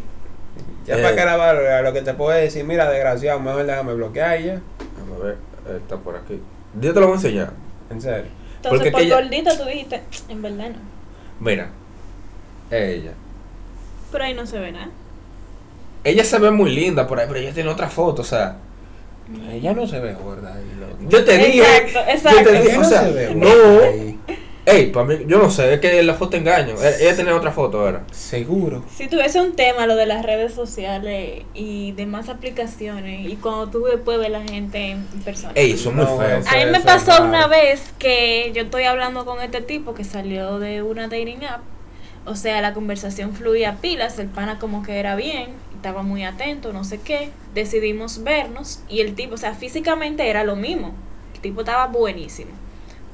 Speaker 1: Ya
Speaker 2: Eh.
Speaker 1: para que la valora, lo que te puedo decir, mira, desgraciado, mejor déjame bloquear y ya.
Speaker 2: Déjame ver, eh, está por aquí. Yo te lo voy a enseñar.
Speaker 1: En serio.
Speaker 3: Entonces
Speaker 2: Porque
Speaker 3: por
Speaker 2: aquella-
Speaker 3: gordita tú dijiste, en verdad no.
Speaker 2: Mira, ella.
Speaker 3: Pero ahí no se ve nada.
Speaker 2: Ella se ve muy linda por ahí, pero ella tiene otra foto, o sea.
Speaker 1: Ella Eh, no se ve gorda. eh,
Speaker 2: Yo te dije.
Speaker 3: Exacto, exacto.
Speaker 2: Yo te dije,
Speaker 1: Ella
Speaker 2: o
Speaker 1: no
Speaker 2: sea,
Speaker 1: se ve gorda eh,
Speaker 2: no.
Speaker 1: ahí.
Speaker 2: Ey, para mí, yo no sé, es que la foto engaño. E- Ella tenía otra foto, era.
Speaker 1: Seguro.
Speaker 3: Si tuviese un tema lo de las redes sociales y demás aplicaciones y cuando tú después ves la gente en persona.
Speaker 2: Ey, eso es muy
Speaker 1: No,
Speaker 2: feo.
Speaker 1: eso-
Speaker 3: A mí me
Speaker 1: es
Speaker 3: pasó
Speaker 1: raro.
Speaker 3: una vez que yo estoy hablando con este tipo que salió de una dating app. O sea, la conversación fluía a pilas, el pana como que era bien, estaba muy atento, no sé qué. Decidimos vernos y el tipo, o sea, físicamente era lo mismo. El tipo estaba buenísimo.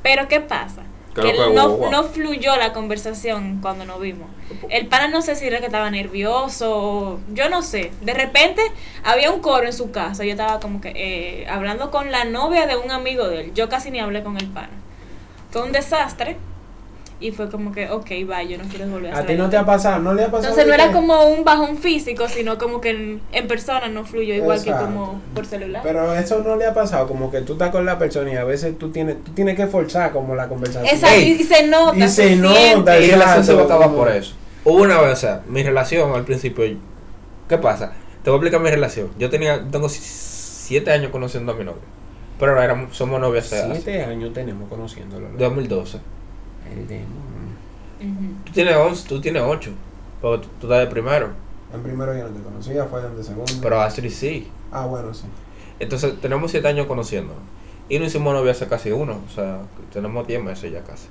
Speaker 3: Pero ¿qué pasa?
Speaker 2: Que
Speaker 3: Que
Speaker 2: lo que
Speaker 3: no,
Speaker 2: hubo, hubo.
Speaker 3: no fluyó la conversación cuando nos vimos. El pana no sé si era que estaba nervioso, o- yo no sé. De repente había un coro en su casa. Yo estaba como que eh, hablando con la novia de un amigo de él. Yo casi ni hablé con el pana. Fue un desastre. Y fue como que, ok, bye, yo no quiero volver a
Speaker 1: A ti
Speaker 3: hacer
Speaker 1: no te ha pasado, no le ha pasado.
Speaker 3: Entonces no
Speaker 1: a
Speaker 3: era
Speaker 1: usted?
Speaker 3: como un bajón físico, sino como que en, en persona no fluyó igual que
Speaker 1: Exacto.
Speaker 3: como por celular.
Speaker 1: Pero eso no le ha pasado, como que tú estás con la persona y a veces tú tienes, tú tienes que forzar como la conversación.
Speaker 3: Exacto, y, y se nota.
Speaker 1: Y se nota,
Speaker 3: siente.
Speaker 2: Mi
Speaker 1: Exacto.
Speaker 2: relación se va a acabar por eso. Hubo una vez, o sea, mi relación al principio. ¿Qué pasa? Te voy a explicar mi relación. Yo tenía, tengo si- siete años conociendo a mi novia. Pero ahora éramos- somos novios hace, hace
Speaker 1: Siete años tenemos conociéndolo. ¿no?
Speaker 2: 2012.
Speaker 1: El demonio.
Speaker 3: Ujú.
Speaker 2: Tú tienes 11, tú tienes 8. Porque tú, tú estás de primero.
Speaker 1: En primero yo no te conocía, fue en de segundo.
Speaker 2: Pero Astrid sí.
Speaker 1: ah, bueno, sí.
Speaker 2: Entonces tenemos 7 años conociéndonos. Y nos hicimos novios hace casi uno. O sea, tenemos 10 meses ya casi.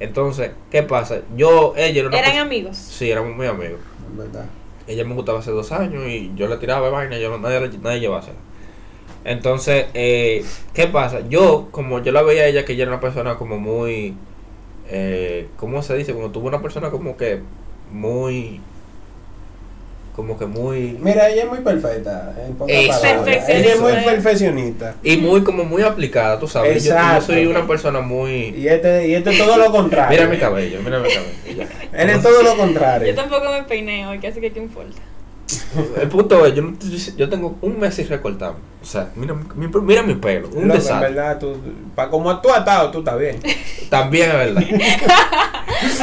Speaker 2: Entonces, ¿qué pasa? Yo, ella era una
Speaker 3: Eran
Speaker 2: persona-
Speaker 3: amigos.
Speaker 2: pues, Sí, éramos muy amigos.
Speaker 1: En verdad.
Speaker 2: ella me gustaba hace dos años y yo le tiraba vaina, yo no, nadie, nadie llevársela. Entonces, eh, ¿qué pasa? Yo, como yo la veía a ella, que ella era una persona como muy, eh, ¿cómo se dice? Como tuvo una persona como que muy, como que muy,
Speaker 1: Mira, ella es muy perfecta. En pocas
Speaker 2: Eso.
Speaker 1: palabras. Ella es muy
Speaker 3: Perfeccionista.
Speaker 1: perfeccionista.
Speaker 2: y muy, como muy aplicada, tú sabes. Yo, yo
Speaker 1: Exacto.
Speaker 2: soy una persona muy...
Speaker 1: Y este, y este es todo lo contrario.
Speaker 2: Mira mi cabello, mira mi cabello. ya.
Speaker 1: Él es todo lo
Speaker 3: Yo
Speaker 1: contrario.
Speaker 3: tampoco me peiné hoy, que así que qué importa.
Speaker 2: El punto es, yo, no- yo tengo un mes sin recortarme. O sea, mira mi, mira mi pelo, un
Speaker 1: Loco, en
Speaker 2: desastre.
Speaker 1: verdad, tú, pa, como tú atado, tú estás bien.
Speaker 2: También es verdad.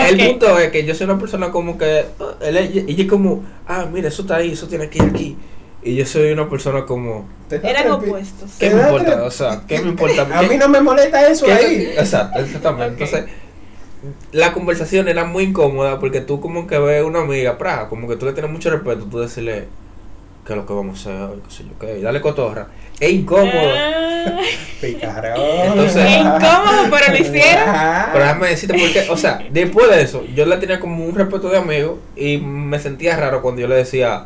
Speaker 2: El
Speaker 5: Ok.
Speaker 2: punto es que yo soy una persona como que. ah, él es- Y ella es como, ah, mira, eso está ahí, eso tiene que ir aquí. Y yo soy una persona como,
Speaker 1: Te estás
Speaker 5: Eran
Speaker 1: tranqui-
Speaker 5: opuestos.
Speaker 2: ¿qué
Speaker 1: Te
Speaker 2: me
Speaker 1: da
Speaker 2: importa?
Speaker 1: tres-
Speaker 2: O sea, ¿qué me importa?
Speaker 1: A
Speaker 2: ¿Qué-
Speaker 1: mí no me molesta eso
Speaker 2: ¿Qué-
Speaker 1: ahí.
Speaker 2: Exacto, exactamente.
Speaker 5: Ok.
Speaker 2: Entonces, la conversación era muy incómoda porque tú como que ves una amiga, pra, como que tú le tienes mucho respeto, tú decirle que lo que vamos a hacer hoy, qué sé yo, qué, y dale cotorra. Es incómodo.
Speaker 5: Ah,
Speaker 1: Picarón.
Speaker 2: Entonces-
Speaker 5: qué incómodo, pero lo hicieron.
Speaker 1: Ajá.
Speaker 2: Pero déjame decirte porque, o sea, después de eso, yo la tenía como un respeto de amigo y me sentía raro cuando yo le decía,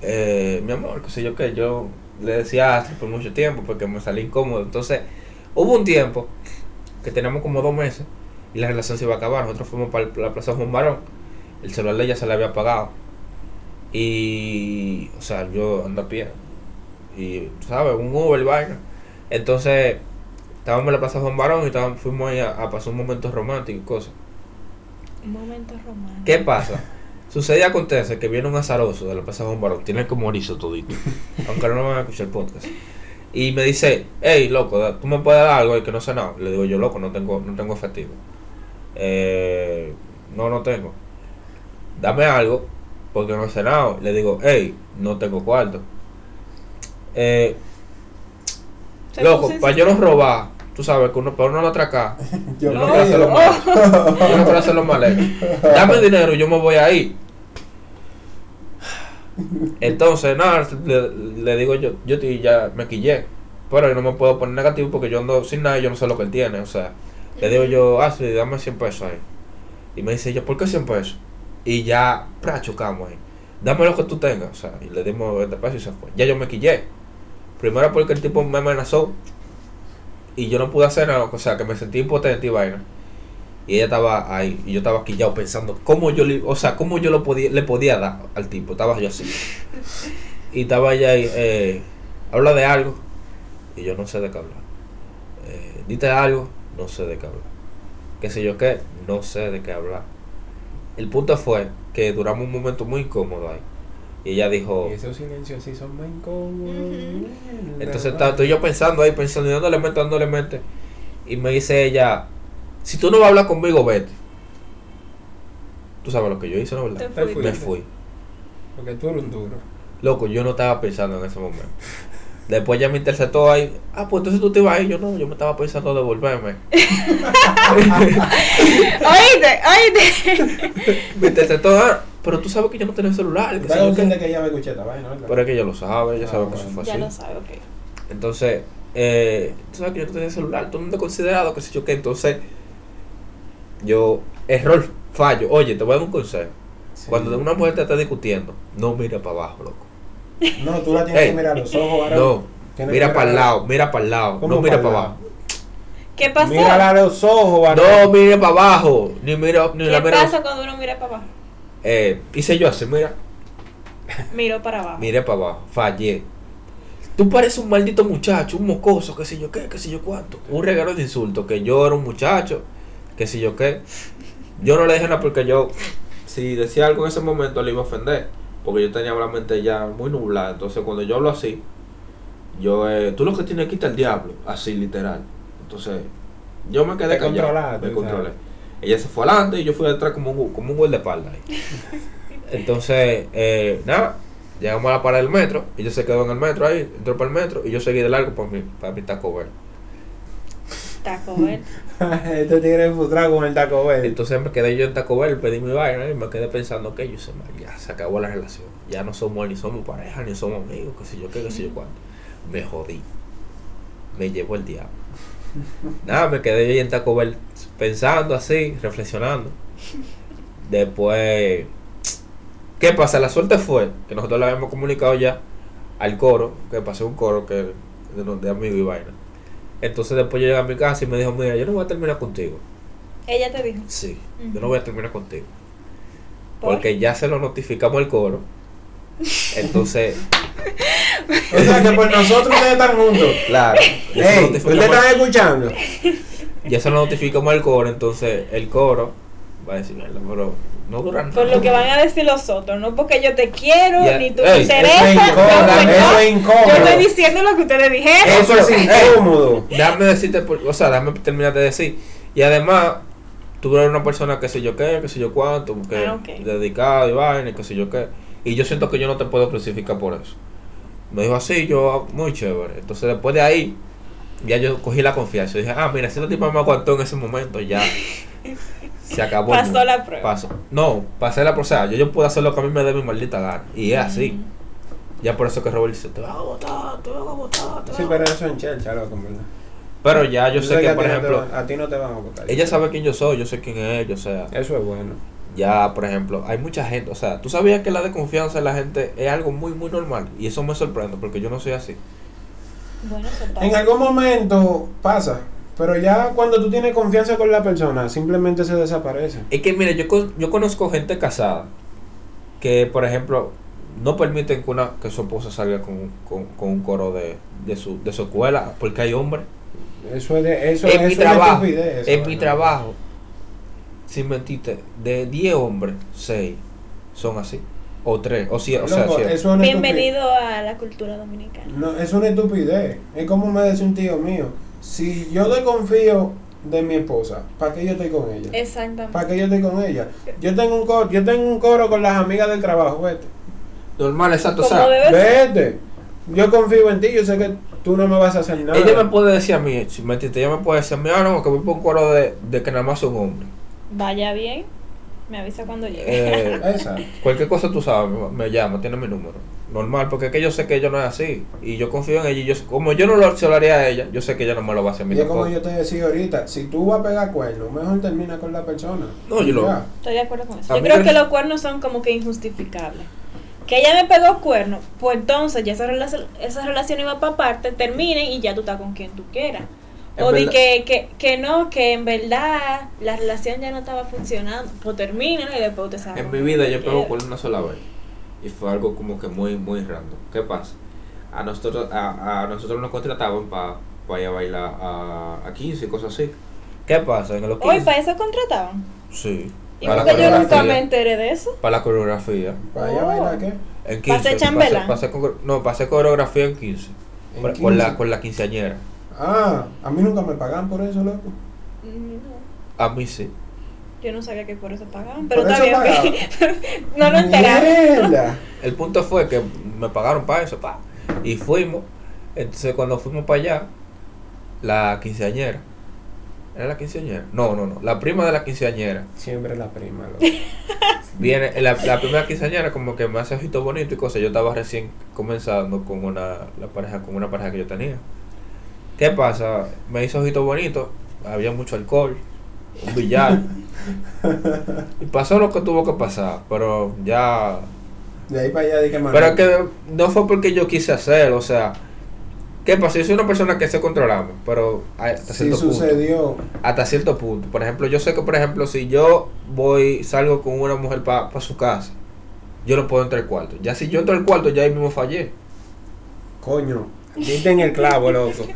Speaker 2: eh, mi amor, qué sé yo qué, yo le decía Astrid por mucho tiempo porque me salí incómodo. Entonces, hubo un tiempo que teníamos como dos meses y la relación se iba a acabar. Nosotros fuimos para la plaza Juan Barón, el celular de ella se le había apagado. Y, o sea, yo ando a pie. Y, ¿sabes? Un Uber, y vaina. Entonces, estábamos en la plaza Juan Barón y estábamos- fuimos ahí a, a pasar un momento romántico y cosas.
Speaker 5: Un momento romántico.
Speaker 2: ¿Qué pasa? Sucede y acontece que viene un azaroso de la plaza Juan Barón, tiene como erizo todito, aunque no me van a escuchar el podcast. Y me dice, hey, loco, da- tú me puedes dar algo y que no sé nada. Le digo yo, loco, no tengo, no tengo efectivo. Eh, no, no tengo. Dame algo, porque no sé nada. Le digo, hey, no tengo cuarto. Eh,
Speaker 5: Se
Speaker 2: loco,
Speaker 5: puso
Speaker 2: para yo no robar, tú sabes, que uno, para uno no atracar,
Speaker 1: Yo
Speaker 2: Yo no
Speaker 1: creo-
Speaker 2: quiero hacerlo mal. Yo no quiero hacerlo mal. eh. Dame el dinero y yo me voy ahí. Entonces, nada, le, le digo yo, yo te- ya me quillé. Pero yo no me puedo poner negativo porque yo ando sin nada y yo no sé lo que él tiene. O sea, le digo yo, ah, sí, dame 100 pesos ahí. Y me dice yo, ¿por qué 100 pesos? Y ya, pra, chocamos ahí. Dame lo que tú tengas. O sea, y le dimos 20 pesos y se fue. Ya yo me quillé. Primero porque el tipo me amenazó y yo no pude hacer nada, o sea, que me sentí impotente y vaina. Y ella estaba ahí, y yo estaba quillado pensando cómo yo le, o sea, cómo yo lo podía, le podía dar al tipo, estaba yo así. Y estaba ella ahí, eh, habla de algo, y yo no sé de qué hablar. Eh, dite algo, no sé de qué hablar. Qué sé yo qué, no sé de qué hablar. El punto fue que duramos un momento muy incómodo ahí. Y ella dijo,
Speaker 1: Y esos silencios así son más incómodos.
Speaker 3: Ujú.
Speaker 2: entonces estaba estoy yo pensando ahí, pensando, y dándole mente, dándole mente. Y me dice ella, si tú no vas a hablar conmigo, vete. Tú sabes lo que yo hice, ¿no? ¿Verdad?
Speaker 5: Te
Speaker 1: fui.
Speaker 5: fui.
Speaker 2: Me fui.
Speaker 1: Porque tú eres un duro.
Speaker 2: Loco, yo no estaba pensando en ese momento. Después ya me interceptó ahí. Ah, pues entonces tú te ibas ahí. Yo no, yo me estaba pensando devolverme.
Speaker 5: Oíste, oíste.
Speaker 2: Me interceptó, ah, pero tú sabes que yo no tenía celular. qué sé
Speaker 1: Estás
Speaker 2: yo qué.
Speaker 1: consciente que ella me escuché esta vaina, ¿verdad?
Speaker 2: Pero es que ella lo sabe, ella
Speaker 1: Ah,
Speaker 2: sabe que
Speaker 1: bueno.
Speaker 2: eso fue
Speaker 5: Ya
Speaker 2: así.
Speaker 5: lo sabe, ok.
Speaker 2: Entonces, eh, tú sabes que yo no tenía celular, todo el mundo considerado, qué sé yo qué. Entonces, yo, error, fallo. Oye, te voy a dar un consejo.
Speaker 1: Sí.
Speaker 2: Cuando una mujer te está discutiendo, no mira para abajo, loco.
Speaker 1: No, tú la tienes
Speaker 2: Ey.
Speaker 1: que mirar a los ojos, varón.
Speaker 2: No,
Speaker 1: Tienes que
Speaker 2: mira
Speaker 1: mirar
Speaker 2: para
Speaker 1: a-
Speaker 2: el lado, mira para el lado,
Speaker 1: ¿Cómo
Speaker 2: no mira
Speaker 1: pa'l
Speaker 2: para
Speaker 1: lado?
Speaker 2: abajo.
Speaker 5: ¿Qué pasó?
Speaker 1: Mírala a los ojos, varón.
Speaker 2: No mire para abajo, ni mira, ni la
Speaker 5: ¿Qué
Speaker 2: mira.
Speaker 5: pasa cuando uno mira para abajo?
Speaker 2: Eh, hice yo así, mira,
Speaker 5: Miro para abajo.
Speaker 2: miré para abajo, fallé. Tú pareces un maldito muchacho, un mocoso, qué sé yo qué, qué sé yo cuánto. Un regalo de insulto, que yo era un muchacho, qué sé yo qué. Yo no le dije nada porque yo, si decía algo en ese momento, le iba a ofender. Porque yo tenía la mente ya muy nublada. Entonces, cuando yo hablo así, yo, eh, tú lo que tienes aquí está el diablo, así literal. Entonces, yo me quedé
Speaker 1: Te
Speaker 2: callado.
Speaker 1: controlaste,
Speaker 2: Me
Speaker 1: o
Speaker 2: controlé. Ella se fue adelante y yo fui detrás como un, como un gol de espalda. ahí. Entonces, eh, nada, llegamos a la parada del metro. Ella se quedó en el metro ahí, entró para el metro y yo seguí de largo para mi, para mi Taco Bell.
Speaker 5: Taco Bell.
Speaker 1: este tigre es frustrado con el Taco Bell.
Speaker 2: Entonces me quedé yo en Taco Bell, pedí mi vaina y me quedé pensando que yo sé, man, ya se acabó la relación. Ya no somos ni somos pareja, ni somos amigos, qué sé yo qué, qué sé yo cuánto. Me jodí. Me llevó el diablo. Nada, me quedé yo ahí en Taco Bell pensando así, reflexionando. Después, ¿qué pasa? La suerte fue que nosotros le habíamos comunicado ya al coro, que pasé un coro que de, de amigo y vaina. Entonces después yo llegué a mi casa y me dijo, mira, yo no voy a terminar contigo.
Speaker 5: Ella te dijo.
Speaker 2: Sí,
Speaker 5: Ujú.
Speaker 2: yo no voy a terminar contigo.
Speaker 5: ¿Por?
Speaker 2: Porque ya se lo notificamos al coro. Entonces,
Speaker 1: O sea que por nosotros ustedes están juntos.
Speaker 2: claro, ya se, lo
Speaker 1: Ey, ustedes
Speaker 2: notificamos,
Speaker 1: están escuchando.
Speaker 2: ya se lo notificamos al coro. Entonces, el coro va a decir mierda, pero no duran
Speaker 5: Por lo que van a decir los otros, no porque yo te quiero,
Speaker 2: Ya,
Speaker 5: ni tú
Speaker 2: ey,
Speaker 5: me
Speaker 2: eso
Speaker 5: interesas.
Speaker 2: es
Speaker 5: no,
Speaker 2: incómodo,
Speaker 5: pues
Speaker 1: eso
Speaker 5: no.
Speaker 1: es incómodo.
Speaker 5: Yo estoy diciendo lo que ustedes dijeron.
Speaker 1: Eso es incómodo.
Speaker 2: Dame decirte, por- o sea, dame terminar de decir. Y además, tú eres una persona que sé yo qué, que sé yo cuánto, que
Speaker 5: Ah, ok.
Speaker 2: dedicada y vaina, y que sé yo qué. Y yo siento que yo no te puedo crucificar por eso. Me dijo así, yo, muy chévere. Entonces, después de ahí, ya yo cogí la confianza. Y dije, ah, mira, si este tipo me aguantó en ese momento, ya. Se acabó. el
Speaker 5: Pasó
Speaker 2: mundo.
Speaker 5: la prueba.
Speaker 2: Pasó. No, pasé la prueba. O sea, yo, yo puedo hacer lo que a mí me dé mi maldita gana. Y es así.
Speaker 5: Mm.
Speaker 2: Ya por eso que Robert dice, te vas a votar, te vas a votar, te vas
Speaker 1: Sí,
Speaker 2: a
Speaker 1: pero eso en chelcha, loco, en ¿verdad?
Speaker 2: pero ya yo sé que,
Speaker 1: a ti
Speaker 2: por
Speaker 1: no te
Speaker 2: ejemplo,
Speaker 1: van- a ti no te van a votar.
Speaker 2: ella sabe quién yo soy, yo sé quién es ella, o sea,
Speaker 1: Eso es bueno.
Speaker 2: ya, por ejemplo, hay mucha gente, o sea, tú sabías que la desconfianza de la gente es algo muy, muy normal, y eso me sorprende, porque yo no soy así.
Speaker 5: Bueno, eso pasa.
Speaker 1: En algún momento pasa, pero ya cuando tú tienes confianza con la persona, simplemente se desaparece.
Speaker 2: Es que, mire, yo, con- yo conozco gente casada que, por ejemplo, no permiten que, una, que su esposa salga con, con, con un coro de, de, su, de su escuela, porque hay hombres.
Speaker 1: Eso es de eso,
Speaker 2: Es
Speaker 1: eso
Speaker 2: mi
Speaker 1: es una
Speaker 2: trabajo,
Speaker 1: estupidez, eso,
Speaker 2: es mi
Speaker 1: ¿verdad?
Speaker 2: trabajo. Sin mentirte, de 10 hombres, 6 son así. O 3, o 7, o sea,
Speaker 1: Loco,
Speaker 2: siete.
Speaker 1: eso es una estupidez.
Speaker 5: Bienvenido a la cultura dominicana.
Speaker 1: No, es una estupidez. Es como me dice un tío mío. Si yo desconfío de mi esposa, ¿para qué yo estoy con ella? ¿Para
Speaker 5: Exactamente.
Speaker 1: qué yo estoy con ella? Yo tengo un coro, yo tengo un coro con las amigas del trabajo, vete.
Speaker 2: Normal, exacto. O
Speaker 5: Como
Speaker 2: sea,
Speaker 5: debe ser.
Speaker 1: Vete. Yo confío en ti, yo sé que tú no me vas a hacer nada.
Speaker 2: ella me puede decir a mí, si me entiendes, ella me puede decir a mí, ah, no, que voy por un coro de, de que nada más son hombres.
Speaker 5: Vaya bien. Me avisa cuando llegue.
Speaker 2: Eh,
Speaker 1: Esa.
Speaker 2: cualquier cosa tú sabes, me, me llama, tiene mi número. Normal, porque es que yo sé que ella no es así. Y yo confío en ella. Y yo, sé- como yo no lo se lo haría a ella, yo sé que ella no me lo va a hacer a mí
Speaker 1: Y es como
Speaker 2: tampoco.
Speaker 1: yo te decía ahorita, si tú vas a pegar cuernos, mejor termina con la persona.
Speaker 2: No, yo lo-
Speaker 1: Ya.
Speaker 5: Estoy de acuerdo con eso.
Speaker 2: A
Speaker 5: Yo
Speaker 2: mí
Speaker 5: creo
Speaker 2: me-
Speaker 5: que los cuernos son como que injustificables. Que ella me pegó cuerno, pues entonces ya esa relación, esa relación iba para parte, terminen y ya tú estás con quien tú quieras.
Speaker 2: Es
Speaker 5: O de
Speaker 2: verdad.
Speaker 5: que, que, que no, que en verdad la relación ya no estaba funcionando, pues terminen y después te saben.
Speaker 2: En mi vida yo
Speaker 5: Eh.
Speaker 2: pego con una sola vez. Y fue algo como que muy, muy random. ¿Qué pasa? A nosotros, a, a nosotros nos contrataban para ir a bailar a, a 15 y cosas así. ¿Qué pasa? En los
Speaker 5: Hoy
Speaker 2: 15.
Speaker 5: para eso contrataban.
Speaker 2: Sí.
Speaker 5: Y
Speaker 2: Para la
Speaker 5: porque yo nunca me
Speaker 2: coreografía.
Speaker 5: enteré de eso.
Speaker 2: Para la coreografía.
Speaker 1: ¿Para allá
Speaker 5: Oh.
Speaker 1: bailar qué?
Speaker 2: En
Speaker 5: ¿Pasé
Speaker 2: 15.
Speaker 5: chambelán?
Speaker 2: pasé con- no, pasé coreografía en 15.
Speaker 1: En
Speaker 2: Por- Con, la,
Speaker 1: 15.
Speaker 2: con la quinceañera.
Speaker 1: Ah, a mí nunca me pagan por eso, loco.
Speaker 5: Mm, no,
Speaker 2: A mí sí.
Speaker 5: Yo no sabía que por eso pagaban, pero
Speaker 1: Por
Speaker 5: está
Speaker 1: eso
Speaker 5: bien. ok. no lo enteraron.
Speaker 1: Mierda.
Speaker 2: El punto fue que me pagaron para eso, pa. Y fuimos. Entonces cuando fuimos para allá, la quinceañera. ¿Era la quinceañera? No, no, no. La prima de la quinceañera.
Speaker 1: Siempre la prima, loco.
Speaker 2: Viene, la, la primera quinceañera como que me hace ojito bonito y cosas. Yo estaba recién comenzando con una, la pareja, con una pareja que yo tenía. ¿Qué pasa? Me hizo ojito bonito, había mucho alcohol, un billar. y pasó lo que tuvo que pasar, pero ya...
Speaker 1: De ahí para allá dije, mano.
Speaker 2: Pero es que no fue porque yo quise hacerlo, o sea... ¿Qué pasa? Yo soy una persona que se controlamos, pero hasta
Speaker 1: si
Speaker 2: cierto punto
Speaker 1: sucedió.
Speaker 2: hasta cierto punto. Por ejemplo, yo sé que, por ejemplo, si yo voy, salgo con una mujer para su casa, yo no puedo entrar al cuarto. Ya si yo entro al cuarto, ya ahí mismo fallé.
Speaker 1: Coño, diste en el clavo, loco.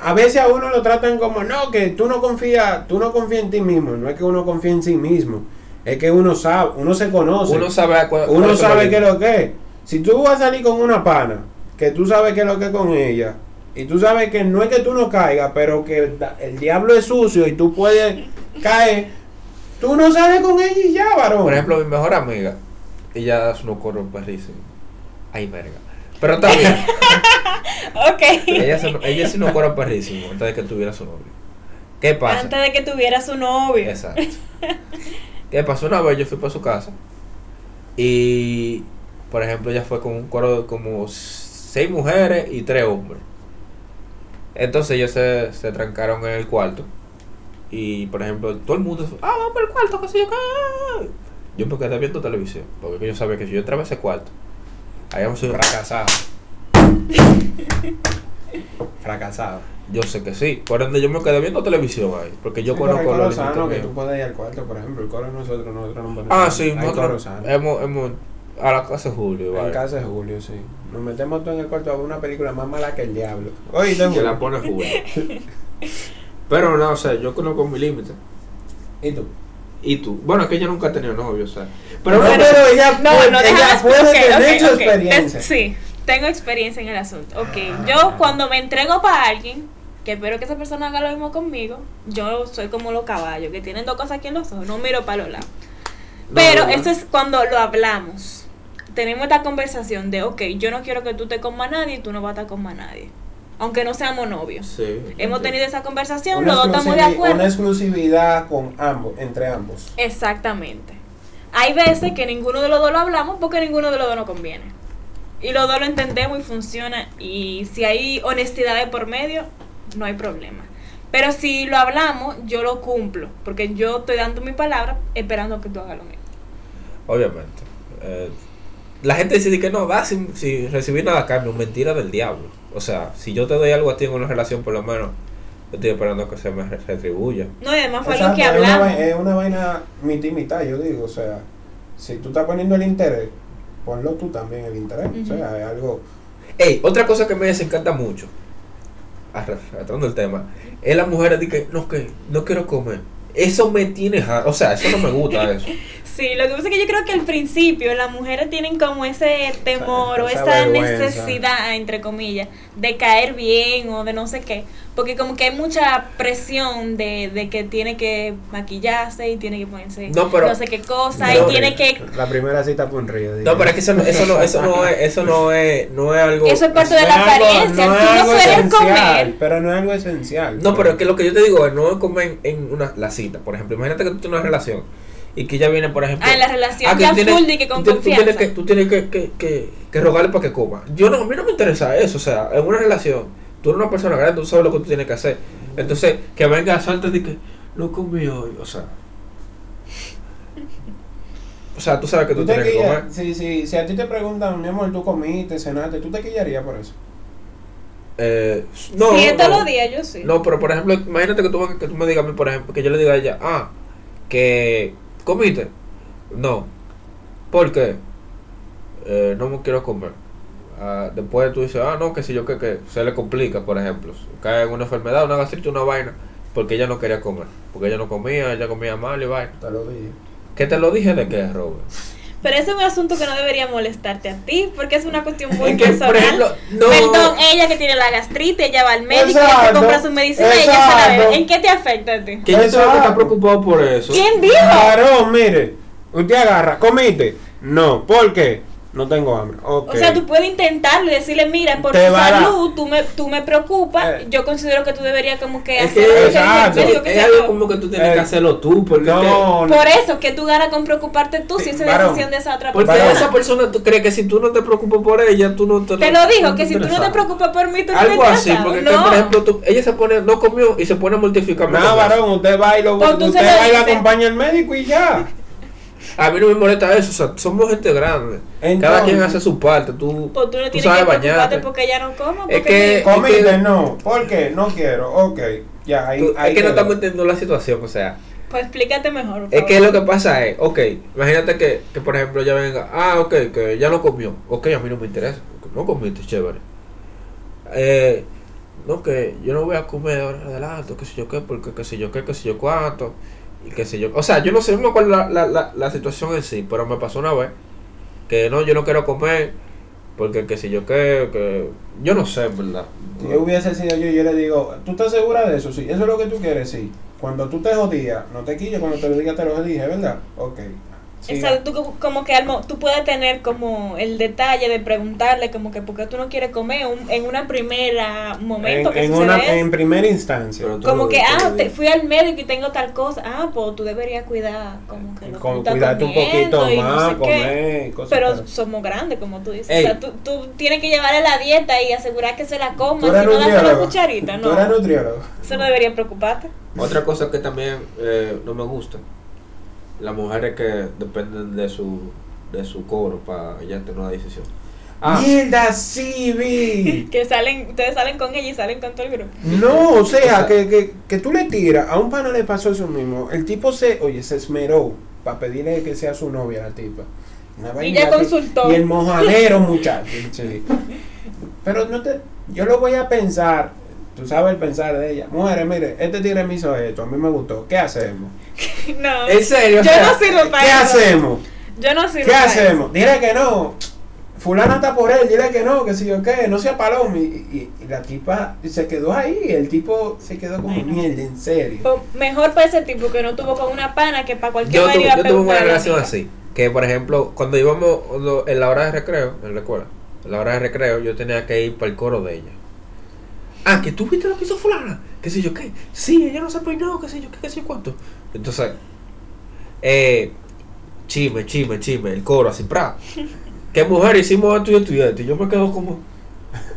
Speaker 1: A veces a uno lo tratan como, no, que tú no confías, tú no confías en ti mismo. No es que uno confíe en sí mismo. Es que uno sabe, uno se conoce.
Speaker 2: Uno sabe a cua- cuál
Speaker 1: Uno
Speaker 2: es su
Speaker 1: sabe
Speaker 2: marido.
Speaker 1: qué es lo que es. Si tú vas a salir con una pana, que tú sabes qué es lo que es con ella, y tú sabes que no es que tú no caigas, pero que el, da- el diablo es sucio y tú puedes caer, tú no sales con ella y ya, varón.
Speaker 2: Por ejemplo, mi mejor amiga, ella es una corro perrísima. Ay, verga. Pero está bien.
Speaker 5: Ok.
Speaker 2: ella, es un- ella es una corro perrísima antes de que tuviera su novio. ¿Qué pasa?
Speaker 5: Antes de que tuviera su novio.
Speaker 2: Exacto. ¿Qué pasó una vez? Yo fui para su casa y, por ejemplo, ella fue con un coro de como seis mujeres y tres hombres. Entonces ellos se, se trancaron en el cuarto y, por ejemplo, todo el mundo, ah, vamos para el cuarto, qué sé yo, qué". Yo me quedé viendo televisión, porque yo sabía que si yo entraba a ese cuarto, habíamos sido fracasados.
Speaker 1: fracasado.
Speaker 2: Yo sé que sí, por ende yo me quedé viendo televisión ahí, porque yo
Speaker 1: Sí, pero hay
Speaker 2: conozco
Speaker 1: coro
Speaker 2: los
Speaker 1: sano
Speaker 2: límites
Speaker 1: que
Speaker 2: míos.
Speaker 1: tú puedes ir al cuarto, por ejemplo, el coro de nosotros, nosotros no ponemos.
Speaker 2: Ah, sí,
Speaker 1: hay coro
Speaker 2: nosotros
Speaker 1: sano.
Speaker 2: hemos, hemos a la casa de Julio,
Speaker 1: En
Speaker 2: vale.
Speaker 1: casa de Julio, sí. Nos metemos todos en el cuarto a ver una película más mala que el diablo. Oye, de
Speaker 2: Que la
Speaker 1: Julio.
Speaker 2: pone Julio. Pero no, o sea, yo conozco mi límite.
Speaker 1: ¿Y tú?
Speaker 2: ¿Y tú? Bueno, es que yo nunca he tenido novio, o sea.
Speaker 1: Pero,
Speaker 2: Pero,
Speaker 1: no, pero ella,
Speaker 3: No,
Speaker 1: puede-
Speaker 3: no,
Speaker 1: ella
Speaker 3: déjame
Speaker 1: puede
Speaker 3: ok,
Speaker 1: tener
Speaker 3: ok,
Speaker 1: su
Speaker 3: ok.
Speaker 1: experiencia. Ah,
Speaker 3: Des- Sí, tengo experiencia en el asunto. Ok, yo cuando me entrego para alguien, que espero que esa persona haga lo mismo conmigo, yo soy como los caballos, que tienen dos cosas aquí en los ojos, no miro para los lados.
Speaker 2: no,
Speaker 3: Pero
Speaker 2: no, no.
Speaker 3: eso es cuando lo hablamos. Tenemos esta conversación de, ok, yo no quiero que tú te comas a nadie y tú no vas a estar con más nadie. Aunque no seamos novios.
Speaker 2: Sí.
Speaker 3: Hemos tenido esa conversación,
Speaker 1: Una
Speaker 3: los dos estamos de
Speaker 1: exclusivi- Una
Speaker 3: acuerdo.
Speaker 1: exclusividad con ambos, entre ambos.
Speaker 3: Exactamente. Hay veces que ninguno de los dos lo hablamos porque ninguno de los dos nos conviene. Y los dos lo entendemos y funciona. Y si hay honestidad de por medio, no hay problema. Pero si lo hablamos, yo lo cumplo. Porque yo estoy dando mi palabra esperando que tú hagas lo mismo.
Speaker 2: Obviamente. Eh, la gente dice que no da sin, sin recibir nada a cambio, mentira del diablo. O sea, si yo te doy algo a ti en una relación, por lo menos, yo estoy esperando que se me re- retribuya.
Speaker 3: No, y además fue
Speaker 1: Exacto,
Speaker 3: lo que
Speaker 1: es una
Speaker 3: hablamos.
Speaker 1: vai- Es una vaina mitad y mitad, yo digo. O sea, si tú estás poniendo el interés, ponlo tú también el interés. O sea, es algo.
Speaker 2: Ey, otra cosa que me desencanta mucho, arra- arrastrando el tema, es las mujeres de que no, que no quiero comer. Eso me tiene, ja- o sea, eso no me gusta eso.
Speaker 3: Sí, lo que pasa es que yo creo que al principio las mujeres tienen como ese temor o
Speaker 1: esa
Speaker 3: esa
Speaker 1: vergüenza.
Speaker 3: necesidad, entre comillas, de caer bien o de no sé qué. Porque como que hay mucha presión de, de que tiene que maquillarse y tiene que ponerse
Speaker 2: No,
Speaker 3: no,
Speaker 2: pero-
Speaker 3: sé qué cosa
Speaker 2: no,
Speaker 3: y tiene que...
Speaker 1: La primera cita por un río.
Speaker 2: No, pero es que eso no, eso no, eso no es, eso no es, no es algo.
Speaker 3: Eso es parte de
Speaker 1: es
Speaker 3: la
Speaker 1: algo-
Speaker 3: apariencia.
Speaker 1: no es
Speaker 3: Tú
Speaker 1: algo
Speaker 3: no sueles
Speaker 1: esencial,
Speaker 3: comer.
Speaker 1: Pero no es algo esencial.
Speaker 2: No, pero es que lo que yo te digo es no comer en una, la cita. Por ejemplo, imagínate que tú tienes una relación y que ella viene, por ejemplo.
Speaker 3: Ah, en la relación
Speaker 2: que
Speaker 3: ya
Speaker 2: tú tienes-
Speaker 3: full de que con
Speaker 2: tú- tú tienes
Speaker 3: confianza.
Speaker 2: que- Tú tienes que, que, que- que rogarle para que coma. Yo no, a mí no me interesa eso. O sea, en una relación, tú eres una persona grande, tú sabes lo que tú tienes que hacer. Entonces, que venga a suerte de que no comí hoy. O sea. O sea, tú sabes que tú,
Speaker 1: ¿Tú te
Speaker 2: tienes que comer.
Speaker 1: quilla- si, si, si a ti te preguntan, mi amor, tú comiste, cenaste, ¿tú te quillarías por eso?
Speaker 2: Eh, no,
Speaker 3: sí, todos
Speaker 2: no.
Speaker 3: los días yo sí.
Speaker 2: No, pero por ejemplo, imagínate que tú, que tú me digas a mí, por ejemplo, que yo le diga a ella, ah, que comiste. No. ¿Por qué? Eh, no me quiero comer. Ah, después tú dices, ah, no, que si yo que, que se le complica, por ejemplo. Cae en una enfermedad, una gastritis, una vaina, porque ella no quería comer. Porque ella no comía, ella comía mal y vaina.
Speaker 1: Te lo dije.
Speaker 2: ¿Qué te lo dije de qué, Robert?
Speaker 3: Pero ese es un asunto que no debería molestarte a ti porque es una cuestión muy
Speaker 2: Es que,
Speaker 3: personal.
Speaker 2: por ejemplo, no.
Speaker 3: Perdón, ella que tiene la gastritis, ella va al médico, ella se
Speaker 1: Exacto,
Speaker 3: compra su medicina y ella se la
Speaker 1: exacto.
Speaker 3: bebe. ¿En qué te afecta a ti?
Speaker 2: Que yo sé que
Speaker 1: Exacto.
Speaker 2: está preocupado por eso.
Speaker 3: ¿Quién dijo?
Speaker 1: Claro, mire, usted agarra, comiste. No, ¿por qué? No tengo hambre.
Speaker 3: O sea, tú puedes intentarlo y decirle, mira, por
Speaker 1: Te
Speaker 3: tu
Speaker 1: va a dar-
Speaker 3: salud, tú me, tú me preocupas,
Speaker 1: Eh.
Speaker 3: yo considero que tú deberías como que
Speaker 2: Es
Speaker 3: hacer
Speaker 2: que
Speaker 3: lo que yo-
Speaker 1: exacto.
Speaker 3: yo digo que
Speaker 2: es
Speaker 3: sea
Speaker 2: algo
Speaker 3: yo.
Speaker 2: como que tú tienes
Speaker 1: Eh,
Speaker 2: que hacerlo tú, porque te-
Speaker 1: no, no.
Speaker 3: Por eso, que tú ganas con preocuparte tú si esa es
Speaker 1: Varón,
Speaker 3: decisión de esa otra
Speaker 2: Porque
Speaker 1: Varón.
Speaker 3: persona.
Speaker 2: esa persona tú crees que si tú no te preocupas por ella, tú no te
Speaker 3: Te lo digo, que si tú no te
Speaker 2: interesas.
Speaker 3: preocupas por mí, tú no te
Speaker 2: Algo así,
Speaker 3: interesas.
Speaker 2: porque que,
Speaker 3: No.
Speaker 2: por ejemplo, tú- ella se pone, no comió y se pone a multiplicar.
Speaker 1: Nada, varón, usted va y lo,
Speaker 3: Pues tú
Speaker 1: usted
Speaker 3: se lo
Speaker 1: va y lo
Speaker 3: dices.
Speaker 1: acompaña al médico y ya.
Speaker 2: A mí no me molesta eso, o sea, somos gente grande. Cada
Speaker 1: Entonces-
Speaker 2: quien hace su parte, tú,
Speaker 3: Pues tú no tienes
Speaker 2: sabes
Speaker 3: que preocuparte
Speaker 2: bañarte.
Speaker 3: porque ella no coma.
Speaker 2: Es
Speaker 3: porque
Speaker 2: que, es
Speaker 1: Comiste,
Speaker 2: que,
Speaker 1: no. ¿Por qué? No quiero. Ok, ya, ahí.
Speaker 2: tú-
Speaker 1: ahí
Speaker 2: es que no
Speaker 1: quedó.
Speaker 2: estamos entendiendo la situación, o sea,
Speaker 3: Pues explícate mejor. por
Speaker 2: es que
Speaker 3: favor.
Speaker 2: lo que pasa es, ok, imagínate que, que por ejemplo ella venga, ah, ok, que ya no comió, ok, a mí no me interesa, porque no comiste, chévere. Eh, no, que yo no voy a comer ahora en adelante, qué sé yo qué, porque qué sé yo qué, qué sé yo cuánto, y qué sé yo. O sea, yo no sé, no me acuerdo la, la, la, la situación en sí, pero me pasó una vez que no, yo no quiero comer, porque qué sé yo qué, que yo no sé, en verdad.
Speaker 1: Si yo hubiese sido yo, yo le digo, ¿tú estás segura de eso? Sí, eso es lo que tú quieres, sí. Cuando tú te jodías, no te quilles, cuando te lo diga te lo jodí, ¿es ¿verdad? Ok. siga.
Speaker 3: Exacto, tú co- como que al mo- tú puedes tener como el detalle de preguntarle como que por qué tú no quieres comer un- en una primera momento
Speaker 1: En,
Speaker 3: que
Speaker 1: en
Speaker 3: sucede
Speaker 1: una,
Speaker 3: eso.
Speaker 1: en primera instancia.
Speaker 2: Pero tú
Speaker 3: como
Speaker 2: lo-
Speaker 3: que
Speaker 2: tú lo
Speaker 3: ah te-
Speaker 2: dices.
Speaker 3: fui al médico y tengo tal cosa ah pues tú deberías cuidar como que lo
Speaker 1: Como
Speaker 3: que tú estás
Speaker 1: cuidarte un
Speaker 3: comiendo
Speaker 1: poquito
Speaker 3: y no
Speaker 1: más,
Speaker 3: sé qué.
Speaker 1: comer, cosas
Speaker 3: pero
Speaker 1: así.
Speaker 3: somos grandes como tú dices
Speaker 2: Ey.
Speaker 3: o sea tú, tú tienes que llevarle la dieta y asegurar que se la coma
Speaker 1: Tú
Speaker 3: si
Speaker 1: eres
Speaker 3: no das la
Speaker 1: nutriólogo.
Speaker 3: cucharita
Speaker 1: Tú eres
Speaker 3: no
Speaker 1: nutriólogo.
Speaker 3: eso no debería preocuparte
Speaker 2: Otra cosa que también eh, no me gusta, las mujeres que dependen de su de su cobro para ella tener una decisión. Ah,
Speaker 1: Mierda, sí, vi.
Speaker 3: que salen ustedes salen con ella y salen con todo el grupo
Speaker 1: No, o sea,
Speaker 2: O sea-
Speaker 1: que, que, que tú le tiras, a un pana le pasó eso mismo. El tipo se, oye, se esmeró para pedirle que sea su novia la tipa. Una vaina
Speaker 3: ya
Speaker 1: que-
Speaker 3: consultó.
Speaker 1: Y el mojadero, muchacho. sí. Pero no te, yo lo voy a pensar.
Speaker 5: Tú sabes el pensar de ella. Mujeres, mire, este tigre me hizo esto, a mí me gustó. ¿Qué hacemos?
Speaker 3: No.
Speaker 2: En serio, o
Speaker 3: Yo
Speaker 2: sea,
Speaker 3: no sirvo para
Speaker 5: ¿Qué
Speaker 3: eso.
Speaker 5: hacemos?
Speaker 3: Yo no sirvo
Speaker 5: ¿Qué
Speaker 3: para eso.
Speaker 5: hacemos? Dile que no. Fulana está por él, dile que no, que si yo qué, no sea paloma. Y, y- y la tipa se quedó ahí, el tipo se quedó como mierda, en serio.
Speaker 3: Po- Mejor para ese tipo que no tuvo con una pana que para cualquier
Speaker 2: yo,
Speaker 3: vaina
Speaker 2: tu-
Speaker 3: iba a
Speaker 2: yo tuve una
Speaker 3: preguntar a la
Speaker 2: relación
Speaker 3: amiga.
Speaker 2: así. Que por ejemplo, cuando íbamos cuando- en la hora de recreo, en la escuela, en la hora de recreo, yo tenía que ir para el coro de ella. Ah, que tú viste lo que hizo Fulana, qué sé yo qué. Sí, ella no se ha peinado, qué sé yo qué, qué sé yo cuánto. Entonces, eh, chisme, chisme, chisme, el coro así, pra. Que mujer hicimos esto y esto y esto. Y yo me quedo como,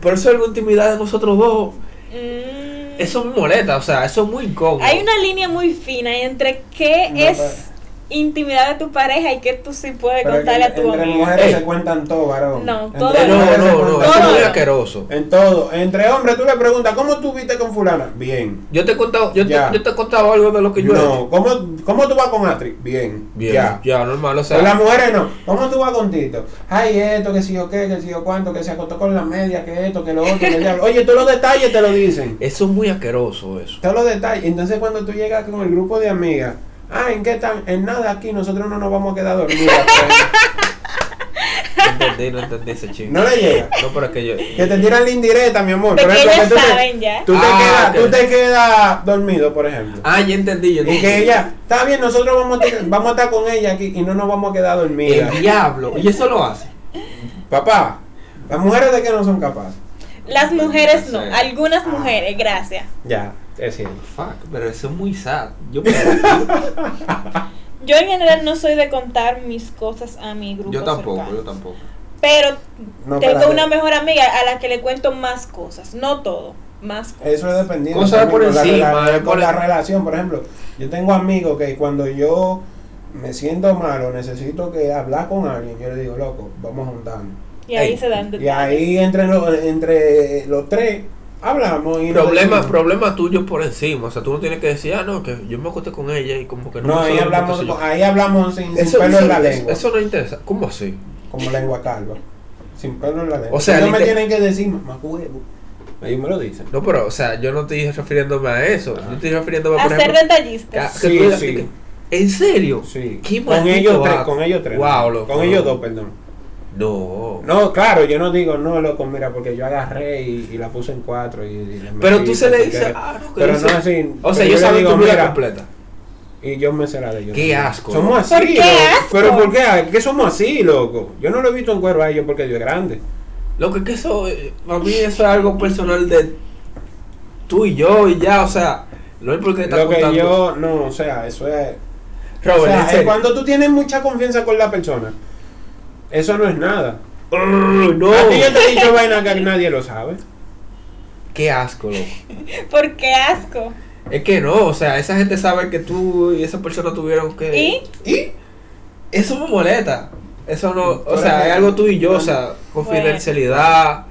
Speaker 2: pero eso es algo intimidad de nosotros dos.
Speaker 3: Mm.
Speaker 2: Eso me molesta, o sea, eso es muy incómodo.
Speaker 3: Hay una línea muy fina entre qué
Speaker 5: No,
Speaker 3: es
Speaker 5: pero-
Speaker 3: intimidad de tu pareja y qué tú sí puedes
Speaker 5: Pero
Speaker 3: contarle
Speaker 5: es
Speaker 3: a
Speaker 5: que
Speaker 3: tu
Speaker 5: entre
Speaker 3: amiga.
Speaker 5: mujeres
Speaker 2: Ey.
Speaker 5: se cuentan todo, varón.
Speaker 3: No,
Speaker 5: Entre
Speaker 3: todo
Speaker 2: Eh, no,
Speaker 5: mujeres se
Speaker 2: no, no, eso
Speaker 5: cuentan
Speaker 2: es
Speaker 3: Todo.
Speaker 2: muy
Speaker 5: todo.
Speaker 2: asqueroso.
Speaker 5: En todo. Entre hombres, tú le preguntas, ¿cómo tú viste con fulana? Bien.
Speaker 2: Yo te he contado, yo te,
Speaker 5: Ya.
Speaker 2: yo te he contado algo de lo que yo he hecho.
Speaker 5: No, ¿cómo, cómo tú vas con Atri? Bien.
Speaker 2: Bien,
Speaker 5: Ya.
Speaker 2: ya. normal, o sea.
Speaker 5: Con las mujeres no. ¿Cómo tú vas con Tito? Ay, esto, que si yo qué, que si yo cuánto, que se acostó con la media, que esto, que lo otro, que el diablo. Oye, todos los detalles te lo dicen.
Speaker 2: Eso es muy asqueroso eso.
Speaker 5: Todos los detalles. Entonces cuando tú llegas con el grupo de amigas, ah, ¿en qué están? En nada aquí, nosotros no nos vamos a quedar dormidos. pues".
Speaker 2: No entendí, no entendí ese chingo.
Speaker 5: no le llega.
Speaker 2: No, pero es que yo.
Speaker 5: Que te tiran la indirecta, mi amor.
Speaker 3: De
Speaker 5: Por
Speaker 3: que
Speaker 5: ejemplo,
Speaker 3: ellas
Speaker 5: que tú te-
Speaker 3: saben ya.
Speaker 5: Tú te,
Speaker 2: Ah,
Speaker 5: quedas,
Speaker 2: ok.
Speaker 5: tú te quedas dormido, por ejemplo.
Speaker 2: Ah, ya entendí, yo
Speaker 5: Y
Speaker 2: entendí.
Speaker 5: que ella, está bien, nosotros vamos a, tener- vamos a estar con ella aquí y no nos vamos a quedar dormidas.
Speaker 2: El diablo. Y eso lo hace.
Speaker 5: Papá, las mujeres de que no son capaces.
Speaker 3: Las mujeres no,
Speaker 2: Sí.
Speaker 3: algunas
Speaker 5: Ah.
Speaker 3: mujeres, gracias.
Speaker 5: Ya, es cierto.
Speaker 2: Fuck, pero eso es muy sad. Yo, yo
Speaker 3: Yo en general no soy de contar mis cosas a mi grupo.
Speaker 2: tampoco,
Speaker 3: cercano.
Speaker 2: yo tampoco.
Speaker 3: Pero
Speaker 5: No,
Speaker 3: tengo
Speaker 5: espérate.
Speaker 3: una mejor amiga a la que le cuento más cosas, no todo, más cosas.
Speaker 5: Eso es dependiendo.
Speaker 2: Cosas
Speaker 5: también
Speaker 2: por
Speaker 5: con la
Speaker 2: encima,
Speaker 5: rela-
Speaker 2: eh,
Speaker 5: con
Speaker 2: por
Speaker 5: la
Speaker 2: el-
Speaker 5: relación, por ejemplo. Yo tengo amigos que cuando yo me siento malo, necesito que hablar con alguien, yo le digo, loco, vamos a juntarnos.
Speaker 3: Y ahí
Speaker 2: Ey,
Speaker 3: se dan
Speaker 5: Y ahí entre los, entre los tres hablamos. Y nos
Speaker 2: Problema,
Speaker 5: decimos.
Speaker 2: problema tuyo por encima. O sea, tú no tienes que decir, ah, no, que yo me acosté con ella y como que no.
Speaker 5: No,
Speaker 2: me
Speaker 5: ahí
Speaker 2: sabe,
Speaker 5: hablamos,
Speaker 2: qué sé yo.
Speaker 5: ahí hablamos sin, sin
Speaker 2: Eso,
Speaker 5: pelo
Speaker 2: eso,
Speaker 5: en la
Speaker 2: eso-
Speaker 5: lengua.
Speaker 2: eso no interesa. ¿Cómo así?
Speaker 5: Como lengua calva. Sin pelo en la lengua.
Speaker 2: O sea,
Speaker 5: no me
Speaker 2: liter-
Speaker 5: tienen que decir más huevo. Ellos me lo dicen.
Speaker 2: No, pero, o sea, yo no estoy refiriéndome a eso. Yo estoy refiriéndome a,
Speaker 3: a
Speaker 2: por
Speaker 3: ser
Speaker 2: ejemplo,
Speaker 3: detallistas.
Speaker 2: Ca-
Speaker 5: Sí,
Speaker 2: que tú-
Speaker 5: sí.
Speaker 2: que- ¿En serio?
Speaker 5: Sí.
Speaker 2: Qué
Speaker 5: con
Speaker 2: maldito
Speaker 5: ellos tres,
Speaker 2: vago.
Speaker 5: con ellos tres.
Speaker 2: Wow,
Speaker 5: no.
Speaker 2: loco.
Speaker 5: Con ellos dos, perdón.
Speaker 2: No.
Speaker 5: No, claro, yo no digo, no, loco, mira, porque yo agarré y, y la puse en cuatro. Y, y le
Speaker 2: Pero
Speaker 5: metí,
Speaker 2: tú se le
Speaker 5: porque-
Speaker 2: dices, ah, no, que
Speaker 5: Pero
Speaker 2: yo
Speaker 5: no
Speaker 2: sé-
Speaker 5: así.
Speaker 2: O sea,
Speaker 5: pero
Speaker 2: yo
Speaker 5: le
Speaker 2: sabía
Speaker 5: digo,
Speaker 2: tu vida
Speaker 5: mira,
Speaker 2: completa.
Speaker 5: Y yo me será de ellos.
Speaker 2: Qué
Speaker 5: también.
Speaker 2: asco,
Speaker 5: Somos así.
Speaker 3: ¿Por qué
Speaker 5: loco.
Speaker 3: asco?
Speaker 5: Pero ¿por qué? ¿Qué somos así, loco? Yo no lo he visto en cuero a ellos porque yo es grande.
Speaker 2: Lo que es que eso, eh, para mí eso es algo personal de tú y yo y ya, o sea, no hay por qué estar
Speaker 5: Lo que
Speaker 2: contando.
Speaker 5: yo, no, o sea, eso es.
Speaker 2: Robert,
Speaker 5: o sea,
Speaker 2: en
Speaker 5: es
Speaker 2: serio.
Speaker 5: cuando tú tienes mucha confianza con la persona, eso no es nada.
Speaker 2: Urr, no.
Speaker 5: A ti yo te he dicho vaina que nadie lo sabe.
Speaker 2: Qué asco, loco.
Speaker 3: ¿Por qué asco?
Speaker 2: Es que no, o sea, esa gente sabe que tú y esa persona tuvieron que.
Speaker 3: ¿Y?
Speaker 2: ¿Y? Eso me molesta. Eso no, o
Speaker 5: Pero
Speaker 2: sea,
Speaker 5: es-
Speaker 2: es algo tú y yo, o sea, confidencialidad.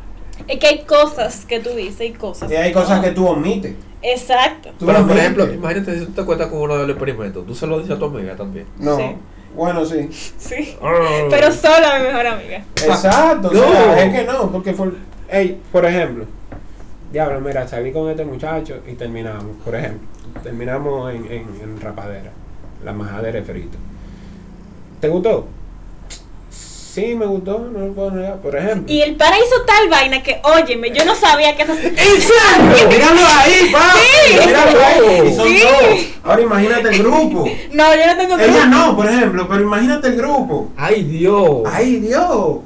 Speaker 3: Es que hay cosas que tú dices y cosas.
Speaker 5: Y hay
Speaker 3: que no.
Speaker 5: cosas que tú omites.
Speaker 3: Exacto.
Speaker 5: Tú
Speaker 2: Pero, por
Speaker 5: omites.
Speaker 2: ejemplo, imagínate si tú te cuentas con uno del experimento, tú se lo dices a tu amiga también.
Speaker 5: No.
Speaker 3: Sí.
Speaker 5: Bueno, sí.
Speaker 3: Sí. Pero
Speaker 2: Pero
Speaker 3: solo a mi mejor amiga.
Speaker 5: Exacto. o
Speaker 2: No.
Speaker 5: sea, es que no, porque fue. Ey, por ejemplo, diablo, mira, salí con este muchacho y terminamos. Por ejemplo, terminamos en, en, en Rapadera, la majadera de frito. ¿Te gustó? Sí, me gustó, no lo puedo negar. Por ejemplo.
Speaker 3: Y el para hizo tal vaina que, óyeme, yo no sabía que esas...
Speaker 2: ¡En serio!
Speaker 5: ¡Míralo ahí, pa! ¡Míralo ahí! Y son
Speaker 3: Sí.
Speaker 5: dos. Ahora imagínate el grupo.
Speaker 3: No, yo no tengo
Speaker 5: Ella no, por ejemplo, pero imagínate el grupo.
Speaker 2: ¡Ay, Dios!
Speaker 5: ¡Ay, Dios!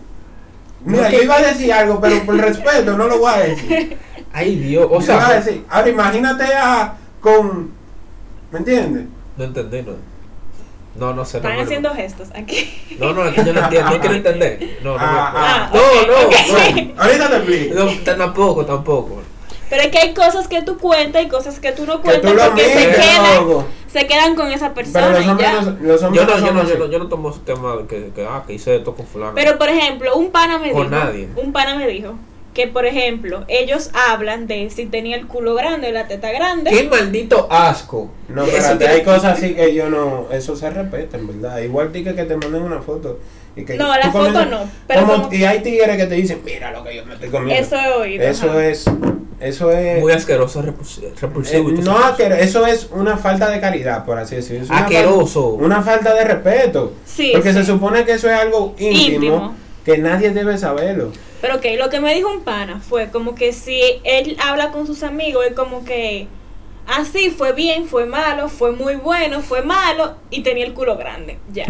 Speaker 5: Mira, yo iba a decir algo, pero por respeto no lo voy a decir.
Speaker 2: ¡Ay, Dios! O
Speaker 5: Yo iba a
Speaker 2: sea,
Speaker 5: decir, ahora imagínate a con. ¿Me entiendes?
Speaker 2: no entendí, no. No, no sé. no
Speaker 3: Están
Speaker 2: me-
Speaker 3: haciendo gestos aquí.
Speaker 2: No, no, es que yo no entiendo. No quiero entender. No, no. me
Speaker 5: Ah,
Speaker 2: acuerdo.
Speaker 5: ah.
Speaker 2: No,
Speaker 3: Ah,
Speaker 2: no,
Speaker 3: ok, ok.
Speaker 5: Ahorita te explico.
Speaker 2: no. No, tampoco, tampoco.
Speaker 3: Pero es que hay cosas que tú cuentas y cosas que tú no
Speaker 5: Que
Speaker 3: cuentas
Speaker 5: tú lo
Speaker 3: porque se
Speaker 5: mires,
Speaker 3: quedan,
Speaker 5: loco.
Speaker 3: se quedan con esa
Speaker 5: Pero
Speaker 3: persona
Speaker 5: los
Speaker 3: y
Speaker 5: hombres
Speaker 3: ya.
Speaker 5: no, los hombres
Speaker 2: Yo no,
Speaker 5: no
Speaker 2: yo
Speaker 5: son
Speaker 2: no,
Speaker 5: así.
Speaker 2: yo no, yo no tomo ese tema de que, que, ah, que hice esto con fulano.
Speaker 3: Pero por ejemplo, un pana me
Speaker 2: Con
Speaker 3: dijo,
Speaker 2: nadie.
Speaker 3: un pana me dijo que por ejemplo, ellos hablan de si tenía el culo grande o la teta grande.
Speaker 2: ¡Qué maldito asco!
Speaker 5: No,
Speaker 2: Eso
Speaker 5: espérate,
Speaker 2: tiene-
Speaker 5: hay cosas así que yo no, eso se respeta, en verdad. Igual tigre que te manden una foto. Y que
Speaker 3: No,
Speaker 5: tú
Speaker 3: la foto
Speaker 5: comienzas-
Speaker 3: no, pero
Speaker 5: como-
Speaker 3: como-
Speaker 5: y hay tigres que te dicen, mira lo que yo me estoy comiendo.
Speaker 3: Eso he oído.
Speaker 5: Eso
Speaker 3: ajá.
Speaker 5: es Eso es.
Speaker 2: Muy asqueroso, repulsi-
Speaker 5: eh,
Speaker 2: repulsivo. y todo
Speaker 5: no
Speaker 2: eso.
Speaker 5: asqueroso, eso es una falta de caridad, por así decirlo. Es una fal-
Speaker 2: Asqueroso.
Speaker 5: Una falta de respeto.
Speaker 3: Sí,
Speaker 5: porque
Speaker 3: sí.
Speaker 5: se supone que eso es algo íntimo,
Speaker 3: Íntimo.
Speaker 5: que nadie debe saberlo.
Speaker 3: Pero ok, lo que me dijo un pana fue como que si él habla con sus amigos, él como que así fue bien, fue malo, fue muy bueno, fue malo y tenía el culo grande. Ya.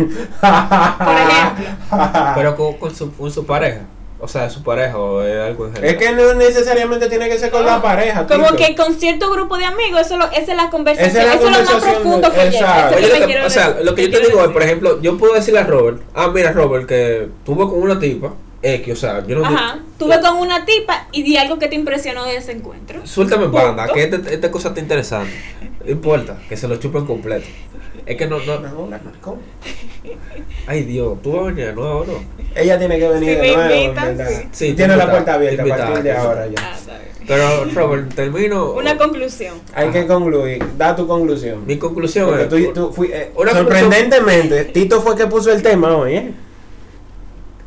Speaker 5: Ah.
Speaker 2: Pero con, con su, con su pareja. O sea, su pareja o es algo en
Speaker 5: es
Speaker 2: general.
Speaker 5: que no necesariamente tiene que ser con la pareja.
Speaker 3: Como
Speaker 5: Tito.
Speaker 3: Ah, que con cierto grupo de amigos, eso lo- esa es la conversación,
Speaker 5: Esa es
Speaker 3: eso
Speaker 5: la
Speaker 3: es lo más
Speaker 5: conversación
Speaker 3: profundo
Speaker 5: de-
Speaker 3: que llega.
Speaker 5: exacto.
Speaker 3: eso es
Speaker 2: Oye,
Speaker 3: lo que
Speaker 2: lo que-
Speaker 3: quiero
Speaker 2: o sea,
Speaker 3: decir,
Speaker 2: lo que yo te
Speaker 3: quiero
Speaker 2: digo es,
Speaker 3: decir.
Speaker 2: por ejemplo, yo puedo decirle a Robert, ah, mira Robert, que tuve con una tipa, X, o sea, yo no...
Speaker 3: Ajá, tuve con una tipa y di algo que te impresionó de ese encuentro.
Speaker 2: Suéltame
Speaker 3: Punto.
Speaker 2: banda, que este- esta cosa está interesante. No importa, que se lo chupen completo. Es que no, no,
Speaker 5: No, la marcó.
Speaker 2: ay Dios, tú vas a venir de nuevo, ¿no?
Speaker 5: Ella tiene que venir
Speaker 3: Si
Speaker 5: de
Speaker 3: me
Speaker 5: nuevo,
Speaker 3: invitan,
Speaker 5: en verdad.
Speaker 3: sí.
Speaker 2: Sí, te
Speaker 5: tiene la
Speaker 2: invitaba,
Speaker 5: puerta abierta
Speaker 2: te
Speaker 5: a partir de
Speaker 2: invitaba.
Speaker 5: ahora ya.
Speaker 3: Ah, está bien.
Speaker 2: Pero Robert, termino...
Speaker 3: Una conclusión.
Speaker 5: Hay que concluir, da tu conclusión.
Speaker 2: Mi conclusión
Speaker 5: Porque
Speaker 2: es...
Speaker 5: tú- tú fui- eh,
Speaker 2: Una
Speaker 5: sorprendentemente, Tito fue que puso el tema hoy, ¿eh?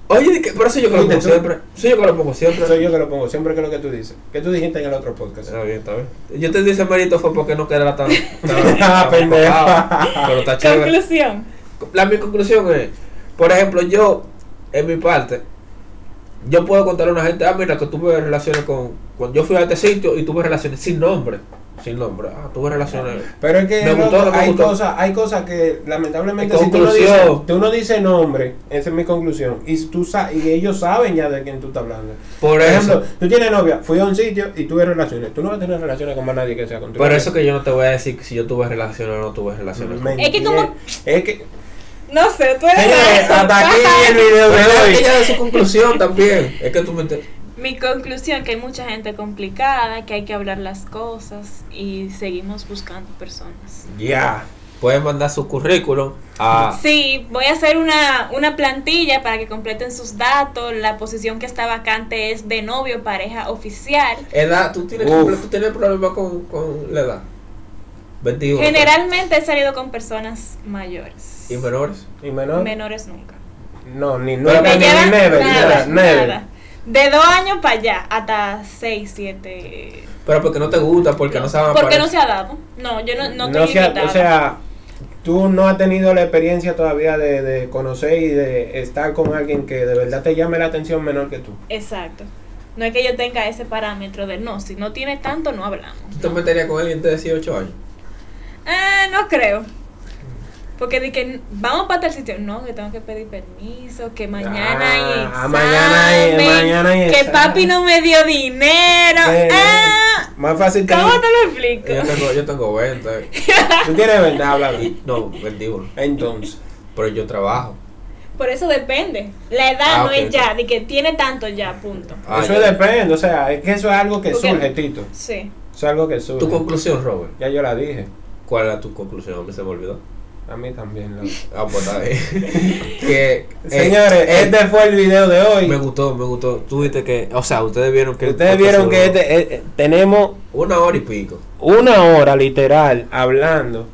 Speaker 2: Oye, de que- pero eso yo que lo
Speaker 5: Fuiste
Speaker 2: pongo
Speaker 5: tú.
Speaker 2: siempre. Soy yo que lo pongo siempre.
Speaker 5: Soy yo que lo pongo, siempre que lo que tú dices. ¿Qué tú dijiste en el otro podcast?
Speaker 2: Está bien, está bien. Yo te dije mérito fue porque no quedara tan. tan-
Speaker 5: Ah,
Speaker 2: tan
Speaker 5: pendejo.
Speaker 2: empapado, Pero está chévere.
Speaker 3: Conclusión.
Speaker 2: La, mi conclusión es: por ejemplo, yo, en mi parte, yo puedo contarle a una gente, ah, mira, que tuve relaciones con. Cuando yo fui a este sitio y tuve relaciones sin nombre. Sin nombre. Ah, tuve relaciones.
Speaker 5: Pero es que
Speaker 2: Me gustó,
Speaker 5: loco,
Speaker 2: no me
Speaker 5: hay,
Speaker 2: gustó.
Speaker 5: cosas, hay cosas que lamentablemente
Speaker 2: En
Speaker 5: si tú no,
Speaker 2: conclusión.
Speaker 5: dices, tú no dices nombre, esa es mi conclusión, y, tú sa- y ellos saben ya de quién tú estás hablando.
Speaker 2: Por
Speaker 5: Por ejemplo,
Speaker 2: eso.
Speaker 5: tú tienes novia, fui a un sitio y tuve relaciones. Tú no vas a tener relaciones con más nadie que sea contigo.
Speaker 2: Por eso que yo no te voy a decir si yo tuve relaciones o no tuve relaciones. con-
Speaker 3: Es que como-
Speaker 5: Es que...
Speaker 3: No sé, tú eres.
Speaker 5: Señores, hasta aquí el video
Speaker 2: Pero
Speaker 5: de
Speaker 2: es que
Speaker 5: hoy.
Speaker 2: ella de su conclusión también. Es que tú me entiendes.
Speaker 3: Mi conclusión que hay mucha gente complicada, que hay que hablar las cosas y seguimos buscando personas.
Speaker 5: Ya.
Speaker 2: Pueden mandar su currículum a.
Speaker 3: Sí, voy a hacer una, una plantilla para que completen sus datos. La posición que está vacante es de novio, pareja oficial.
Speaker 2: Edad, tú tienes,
Speaker 5: Uf.
Speaker 2: tú tienes problemas con, con la edad. 21.
Speaker 3: Generalmente he salido con personas mayores.
Speaker 2: Y menores.
Speaker 5: ¿Y menor?
Speaker 3: Menores nunca.
Speaker 5: No, ni nueve,
Speaker 3: Me
Speaker 5: ni
Speaker 3: llevan
Speaker 5: nueve, ni
Speaker 3: nada,
Speaker 5: nada, nueve.
Speaker 3: nada. De dos años para allá, hasta seis, siete.
Speaker 2: Pero porque no te gusta, porque no saben
Speaker 3: Porque no
Speaker 2: aparecer.
Speaker 3: se ha dado. No, yo no, no,
Speaker 5: No
Speaker 3: estoy
Speaker 5: sea-
Speaker 3: limitada.
Speaker 5: o sea, tú no has tenido la experiencia todavía de, de conocer y de estar con alguien que de verdad te llame la atención menor que tú.
Speaker 3: Exacto. No es que yo tenga ese parámetro de no, si no tiene tanto, no hablamos.
Speaker 2: ¿Tú te meterías con alguien de 18 años?
Speaker 3: Ah, no creo. Porque de que vamos para tal sitio, no, que tengo que pedir permiso, que mañana hay
Speaker 5: Ah,
Speaker 3: examen,
Speaker 5: mañana hay- mañana hay
Speaker 3: que
Speaker 5: examen.
Speaker 3: papi no me dio dinero.
Speaker 5: Eh,
Speaker 3: ah,
Speaker 5: más fácil que
Speaker 3: ¿Cómo te lo explico?
Speaker 2: Yo tengo, yo tengo 20.
Speaker 5: tú tienes verdad, hablado.
Speaker 2: Y- No, 21.
Speaker 5: Entonces,
Speaker 2: Pero yo trabajo.
Speaker 3: Por eso depende. La edad
Speaker 2: Ah,
Speaker 3: no
Speaker 2: ok,
Speaker 3: es ya, de que tiene tanto ya, punto.
Speaker 2: Ah,
Speaker 5: eso
Speaker 2: ya.
Speaker 5: depende, o sea, es que eso es algo que
Speaker 3: ¿Por qué?
Speaker 5: surge, Tito. Eso
Speaker 3: Sí.
Speaker 5: es algo que surge.
Speaker 2: Tu conclusión, Robert.
Speaker 5: Ya yo la dije,
Speaker 2: ¿Cuál era tu conclusión? Que se me olvidó.
Speaker 5: a mí también. loco.
Speaker 2: Ah, pues está bien. que, eh,
Speaker 5: Señores,
Speaker 2: eh,
Speaker 5: este fue el video de hoy.
Speaker 2: me gustó, me gustó. Tú viste que. O sea, ustedes vieron que. el
Speaker 5: Ustedes
Speaker 2: podcast
Speaker 5: vieron que
Speaker 2: duró
Speaker 5: este, eh, eh, tenemos
Speaker 2: Una hora y pico.
Speaker 5: una hora literal hablando.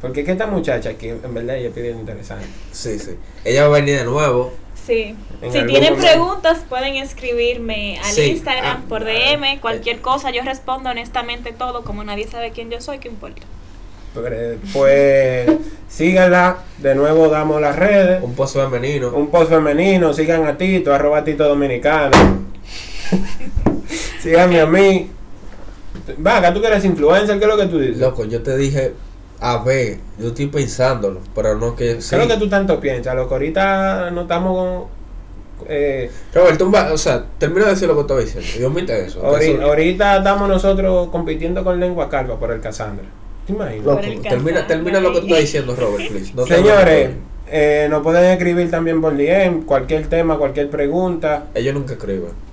Speaker 5: Porque es que esta muchacha aquí, en verdad, ella pide interesante.
Speaker 2: Sí, sí. Ella va a venir de nuevo.
Speaker 3: Sí.
Speaker 5: En
Speaker 3: Si
Speaker 5: algún
Speaker 3: tienen
Speaker 5: momento.
Speaker 3: preguntas, pueden escribirme al
Speaker 2: Sí.
Speaker 3: Instagram
Speaker 2: Ah,
Speaker 3: por
Speaker 2: ah,
Speaker 3: DM,
Speaker 2: eh.
Speaker 3: cualquier cosa. Yo respondo honestamente todo. Como nadie sabe quién yo soy, ¿qué importa?
Speaker 5: Pero, Pues síganla, de nuevo damos las redes.
Speaker 2: Un pozo femenino.
Speaker 5: Un post femenino, sigan a Tito, arroba Tito Dominicano. Síganme a mí. Vaga, tú que eres influencer, ¿qué es lo que tú dices?
Speaker 2: Loco, yo te dije, a ver, yo estoy pensándolo, pero no que...
Speaker 5: ¿Qué es lo que tú tanto piensas? Loco, ahorita no estamos con... eh,
Speaker 2: Robert, tú vas- o sea, termina de decir lo que estaba diciendo. Yo omite eso.
Speaker 5: ahori-
Speaker 2: Eso-
Speaker 5: ahorita estamos nosotros compitiendo con lengua calva por el Cassandra. ¿Te imaginas?
Speaker 2: Loco,
Speaker 3: Por el
Speaker 2: termina,
Speaker 3: casal,
Speaker 2: termina lo que tú
Speaker 3: ahí.
Speaker 2: estás diciendo, Robert, please. No te
Speaker 5: Señores,
Speaker 2: hagas
Speaker 5: eh, nos pueden escribir también por DM, cualquier tema, cualquier pregunta.
Speaker 2: problema. Ellos nunca escriben.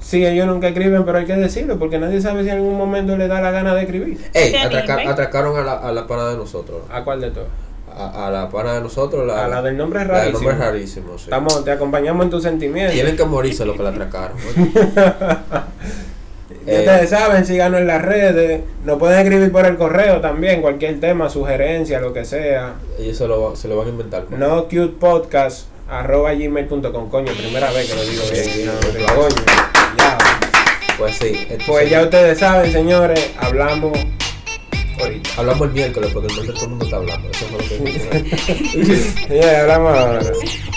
Speaker 5: Sí, ellos nunca escriben, pero hay que decirlo, porque nadie sabe si en algún momento le da la gana de escribir.
Speaker 2: Ey,
Speaker 3: Se
Speaker 2: atraca-
Speaker 3: animen.
Speaker 2: atracaron a la, a la pana de nosotros.
Speaker 5: ¿A cuál de todos?
Speaker 2: A, a la pana de nosotros. La,
Speaker 5: A la del nombre
Speaker 2: la del
Speaker 5: rarísimo.
Speaker 2: nombre rarísimo, sí.
Speaker 5: Estamos, te acompañamos en tus sentimientos.
Speaker 2: Tienen que morirse los que la atracaron. Eh,
Speaker 5: Ya ustedes saben, síganos en las redes. Nos pueden escribir por el correo también, cualquier tema, sugerencia, lo que sea.
Speaker 2: Ellos se lo, va- se lo van a inventar. pues. ¿no?
Speaker 5: No cute podcast arroba gmail.com coño primera vez que lo digo bien no, coño ya
Speaker 2: Pues sí. entonces,
Speaker 5: Pues ya ustedes saben, señores, hablamos ahorita.
Speaker 2: Hablamos el miércoles porque el miércoles todo el mundo está hablando. Eso fue lo que dije.
Speaker 5: Señores, hablamos ahora.